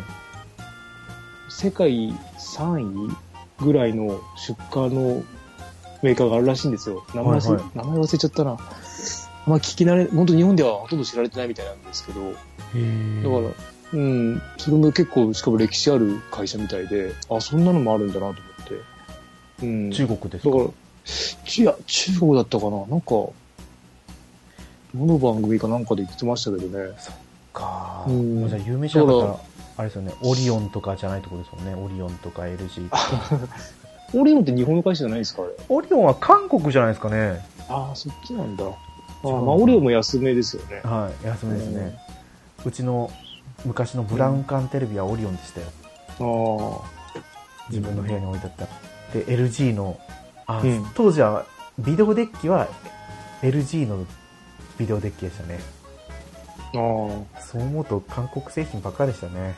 S2: 世界3位ぐらいの出荷のメーカーがあるらしいんですよ。名前忘れ,、
S1: はいは
S2: 名前忘れちゃったな。まあ聞き慣れ、本当日本ではほとんど知られてないみたいなんですけど、だか
S1: へ
S2: ら、うん、それも結構、しかも歴史ある会社みたいで、あ、そんなのもあるんだなと思って。うん。
S1: 中
S2: だか
S1: 国です
S2: ら、ちや、中国だったかななんか、どの番組かなんかで言ってましたけどね。
S1: か
S2: うん
S1: もうじゃあ有名じゃなかった
S2: だ
S1: らあれですよねオリオンとかじゃないところですもんねオリオンとか LG
S2: オレオンって日本の会社じゃないですかあれ。
S1: オリオンは韓国じゃないですかね
S2: ああ、そっちなんだ。あー
S1: う
S2: まあ、オレオも安めですよね。
S1: はい休みですね、うちの昔のブラウン管テレビはオリオンでしたよ
S2: ああ。
S1: 自分の部屋に置いてあったで LG のあ、
S2: うん
S1: 当時はビデオデッキは LG のビデオデッキでしたね
S2: ああ。
S1: そう思うと韓国製品ばっかりでしたね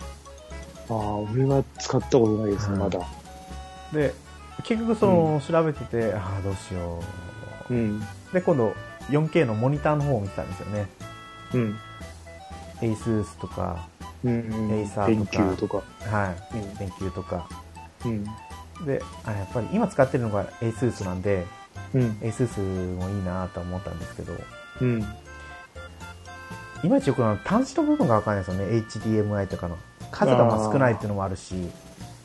S2: ああ、俺は使ったことないですね、
S1: うん
S2: まだ。
S1: で結局その、調べててああどうしよう
S2: うん。
S1: で今度 4K のモニターの方を見てたんですよね
S2: うん。
S1: ASUS とか
S2: うん。
S1: エイサー
S2: 電
S1: とか
S2: 球とか。
S1: はい
S2: うん
S1: 電球とか
S2: うん。
S1: であやっぱり今使ってるのが ASUS なんで
S2: うん。
S1: ASUS もいいなとは思ったんですけど
S2: うん。
S1: いまいちよくあの端子の部分がわかんないですよね HDMI とかの数がまあ少ないっていうのもあるし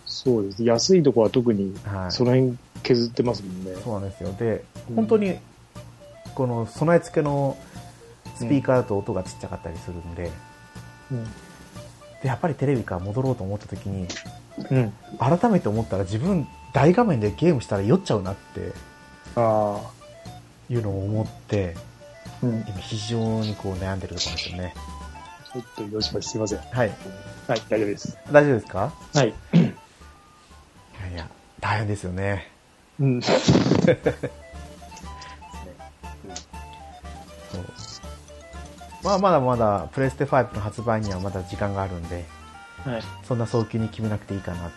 S2: そうです。安いとこは特に、
S1: はい
S2: その辺削ってますもんね。
S1: そうなんですよで
S2: うん
S1: 本当にこの備え付けのスピーカーだと音がちっちゃかったりするんで,、
S2: うん。
S1: でやっぱりテレビから戻ろうと思った時に
S2: うん。
S1: 改めて思ったら自分大画面でゲームしたら酔っちゃうなって
S2: あ
S1: いうのを思って
S2: あ。うん。ち
S1: 今非常にこう悩んでるところですよね
S2: ょっとよしましすいません。は
S1: はい
S2: い、大丈夫です。
S1: 大丈夫ですか
S2: はい。
S1: いやいや大変ですよね
S2: うん。
S1: そうまあまだまだプレステ5の発売にはまだ時間があるんで
S2: はい。
S1: そんな早急に決めなくていいかなって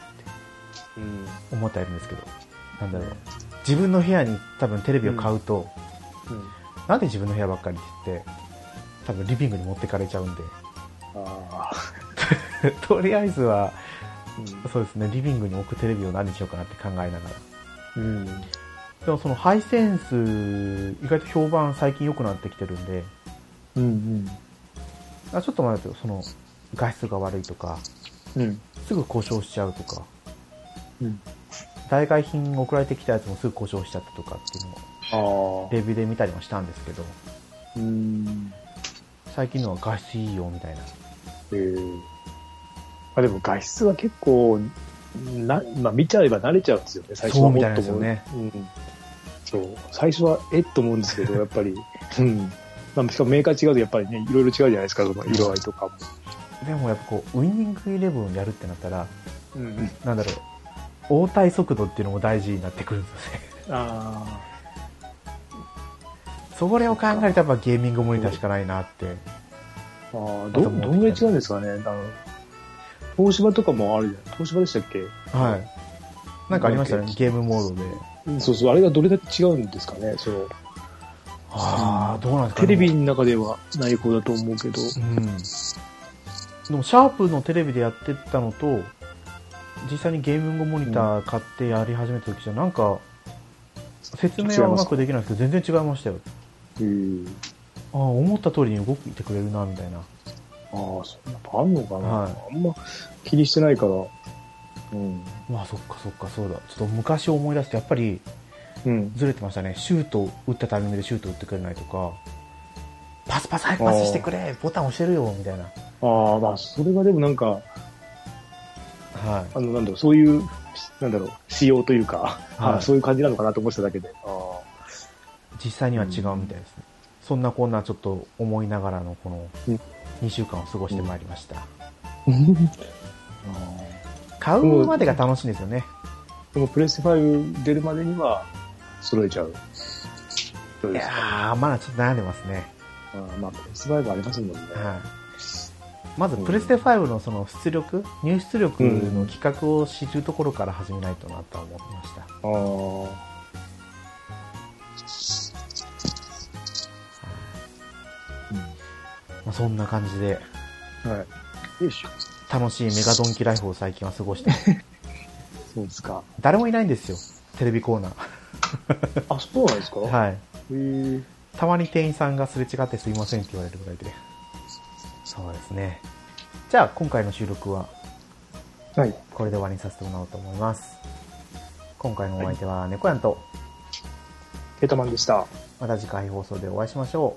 S2: うん。
S1: 思ってはいるんですけどなんだろう自分の部屋に多分テレビを買うと、
S2: うん。
S1: なんで自分の部屋ばっかりって言って多分リビングに持ってかれちゃうんで
S2: ああ。
S1: とりあえずはそうですねリビングに置くテレビを何にしようかなって考えながら
S2: うん。
S1: でもそのハイセンス意外と評判最近良くなってきてるんで
S2: うん。うん。
S1: あちょっと待ってその画質が悪いとか
S2: うん。
S1: すぐ故障しちゃうとか
S2: うん。
S1: 代替品送られてきたやつもすぐ故障しちゃったとかっていうのを
S2: ああ。
S1: レビューで見たりもしたんですけど
S2: うん。
S1: 最近のは画質いいよみたいな
S2: えーまあ、でも画質は結構な、まあ、見ちゃえば慣れちゃうんですよね最初は
S1: そうみ
S2: も
S1: たい
S2: っ
S1: で
S2: と
S1: す
S2: も
S1: よね
S2: うん、そう最初はえっと思うんですけどやっぱり、うんまあ、しかもメーカー違うとやっぱりねいろいろ違うじゃないですかその色合いとかも、
S1: でもやっぱこうウイニングイレブンやるってなったら
S2: うん、
S1: なんだろう応対速度っていうのも大事になってくるんですよね
S2: あ
S1: それを考えるとやっぱゲーミングモニターしかないなって
S2: ーあー
S1: あと
S2: どど
S1: もうん
S2: ぐらい違うんですかねあの東芝とかもあるじゃん東芝でしたっけ
S1: はいなんかありましたねゲームモードで
S2: うんそうそうあれがどれだけ違うんですかねその
S1: ああどうなんですか
S2: テ
S1: ね
S2: レビの中ではない方だと思うけど
S1: うんでもシャープのテレビでやってたのと実際にゲーミングモニター買ってやり始めた時じゃなんか説明はうまくできないですけど全然違いましたよ
S2: うん
S1: ああ思った通りに動いてくれるなみたいな
S2: ああ、そうやっぱあんのかな、
S1: は
S2: あんま気にしてないから。うん。
S1: まあそっかそっかそうだちょっと昔を思い出すとやっぱり
S2: うん。
S1: ずれてましたねシュートを打ったタイミングでシュートを打ってくれないとかパスパス早くパスしてくれボタン押してるよみたいな
S2: ああ、まあ、それがでもなんか、
S1: は
S2: あの、なんだろう、そういう、なんだろう、仕様というか、
S1: はい
S2: あそういう感じなのかなと思ってただけで。
S1: い
S2: あ
S1: 実際には違うみたいですねそんなこんなちょっと思いながらのこの
S2: うん
S1: 2週間を過ごしてまいりました
S2: あ。
S1: 買うまでが楽しいんですよね
S2: でも、プレステ5出るまでには、揃えちゃう。どう
S1: い
S2: ですか
S1: やーまだちょっと悩んでますね、
S2: あーまあ、プレステ5ありますもんね。
S1: はい、まずプレステ5のその出力入出力の規格を知るところから始めないとなとは思ってました
S2: ああ。
S1: まあ、そんな感じで
S2: はい。よいしょ。
S1: 楽しいメガドンキライフを最近は過ごしてます
S2: そうです か。
S1: 誰もいないんですよテレビコーナ
S2: あ、そうなんですか
S1: ー
S2: い。
S1: はい
S2: へー
S1: たまに店員さんがすれ違ってすいませんって言われるぐらいでそうですねじゃあ今回の収録は
S2: はい。
S1: これで終わりにさせてもらおうと思います今回のお相手は猫やんと、
S2: ケータマンでした。あ
S1: また次回放送でお会いしましょ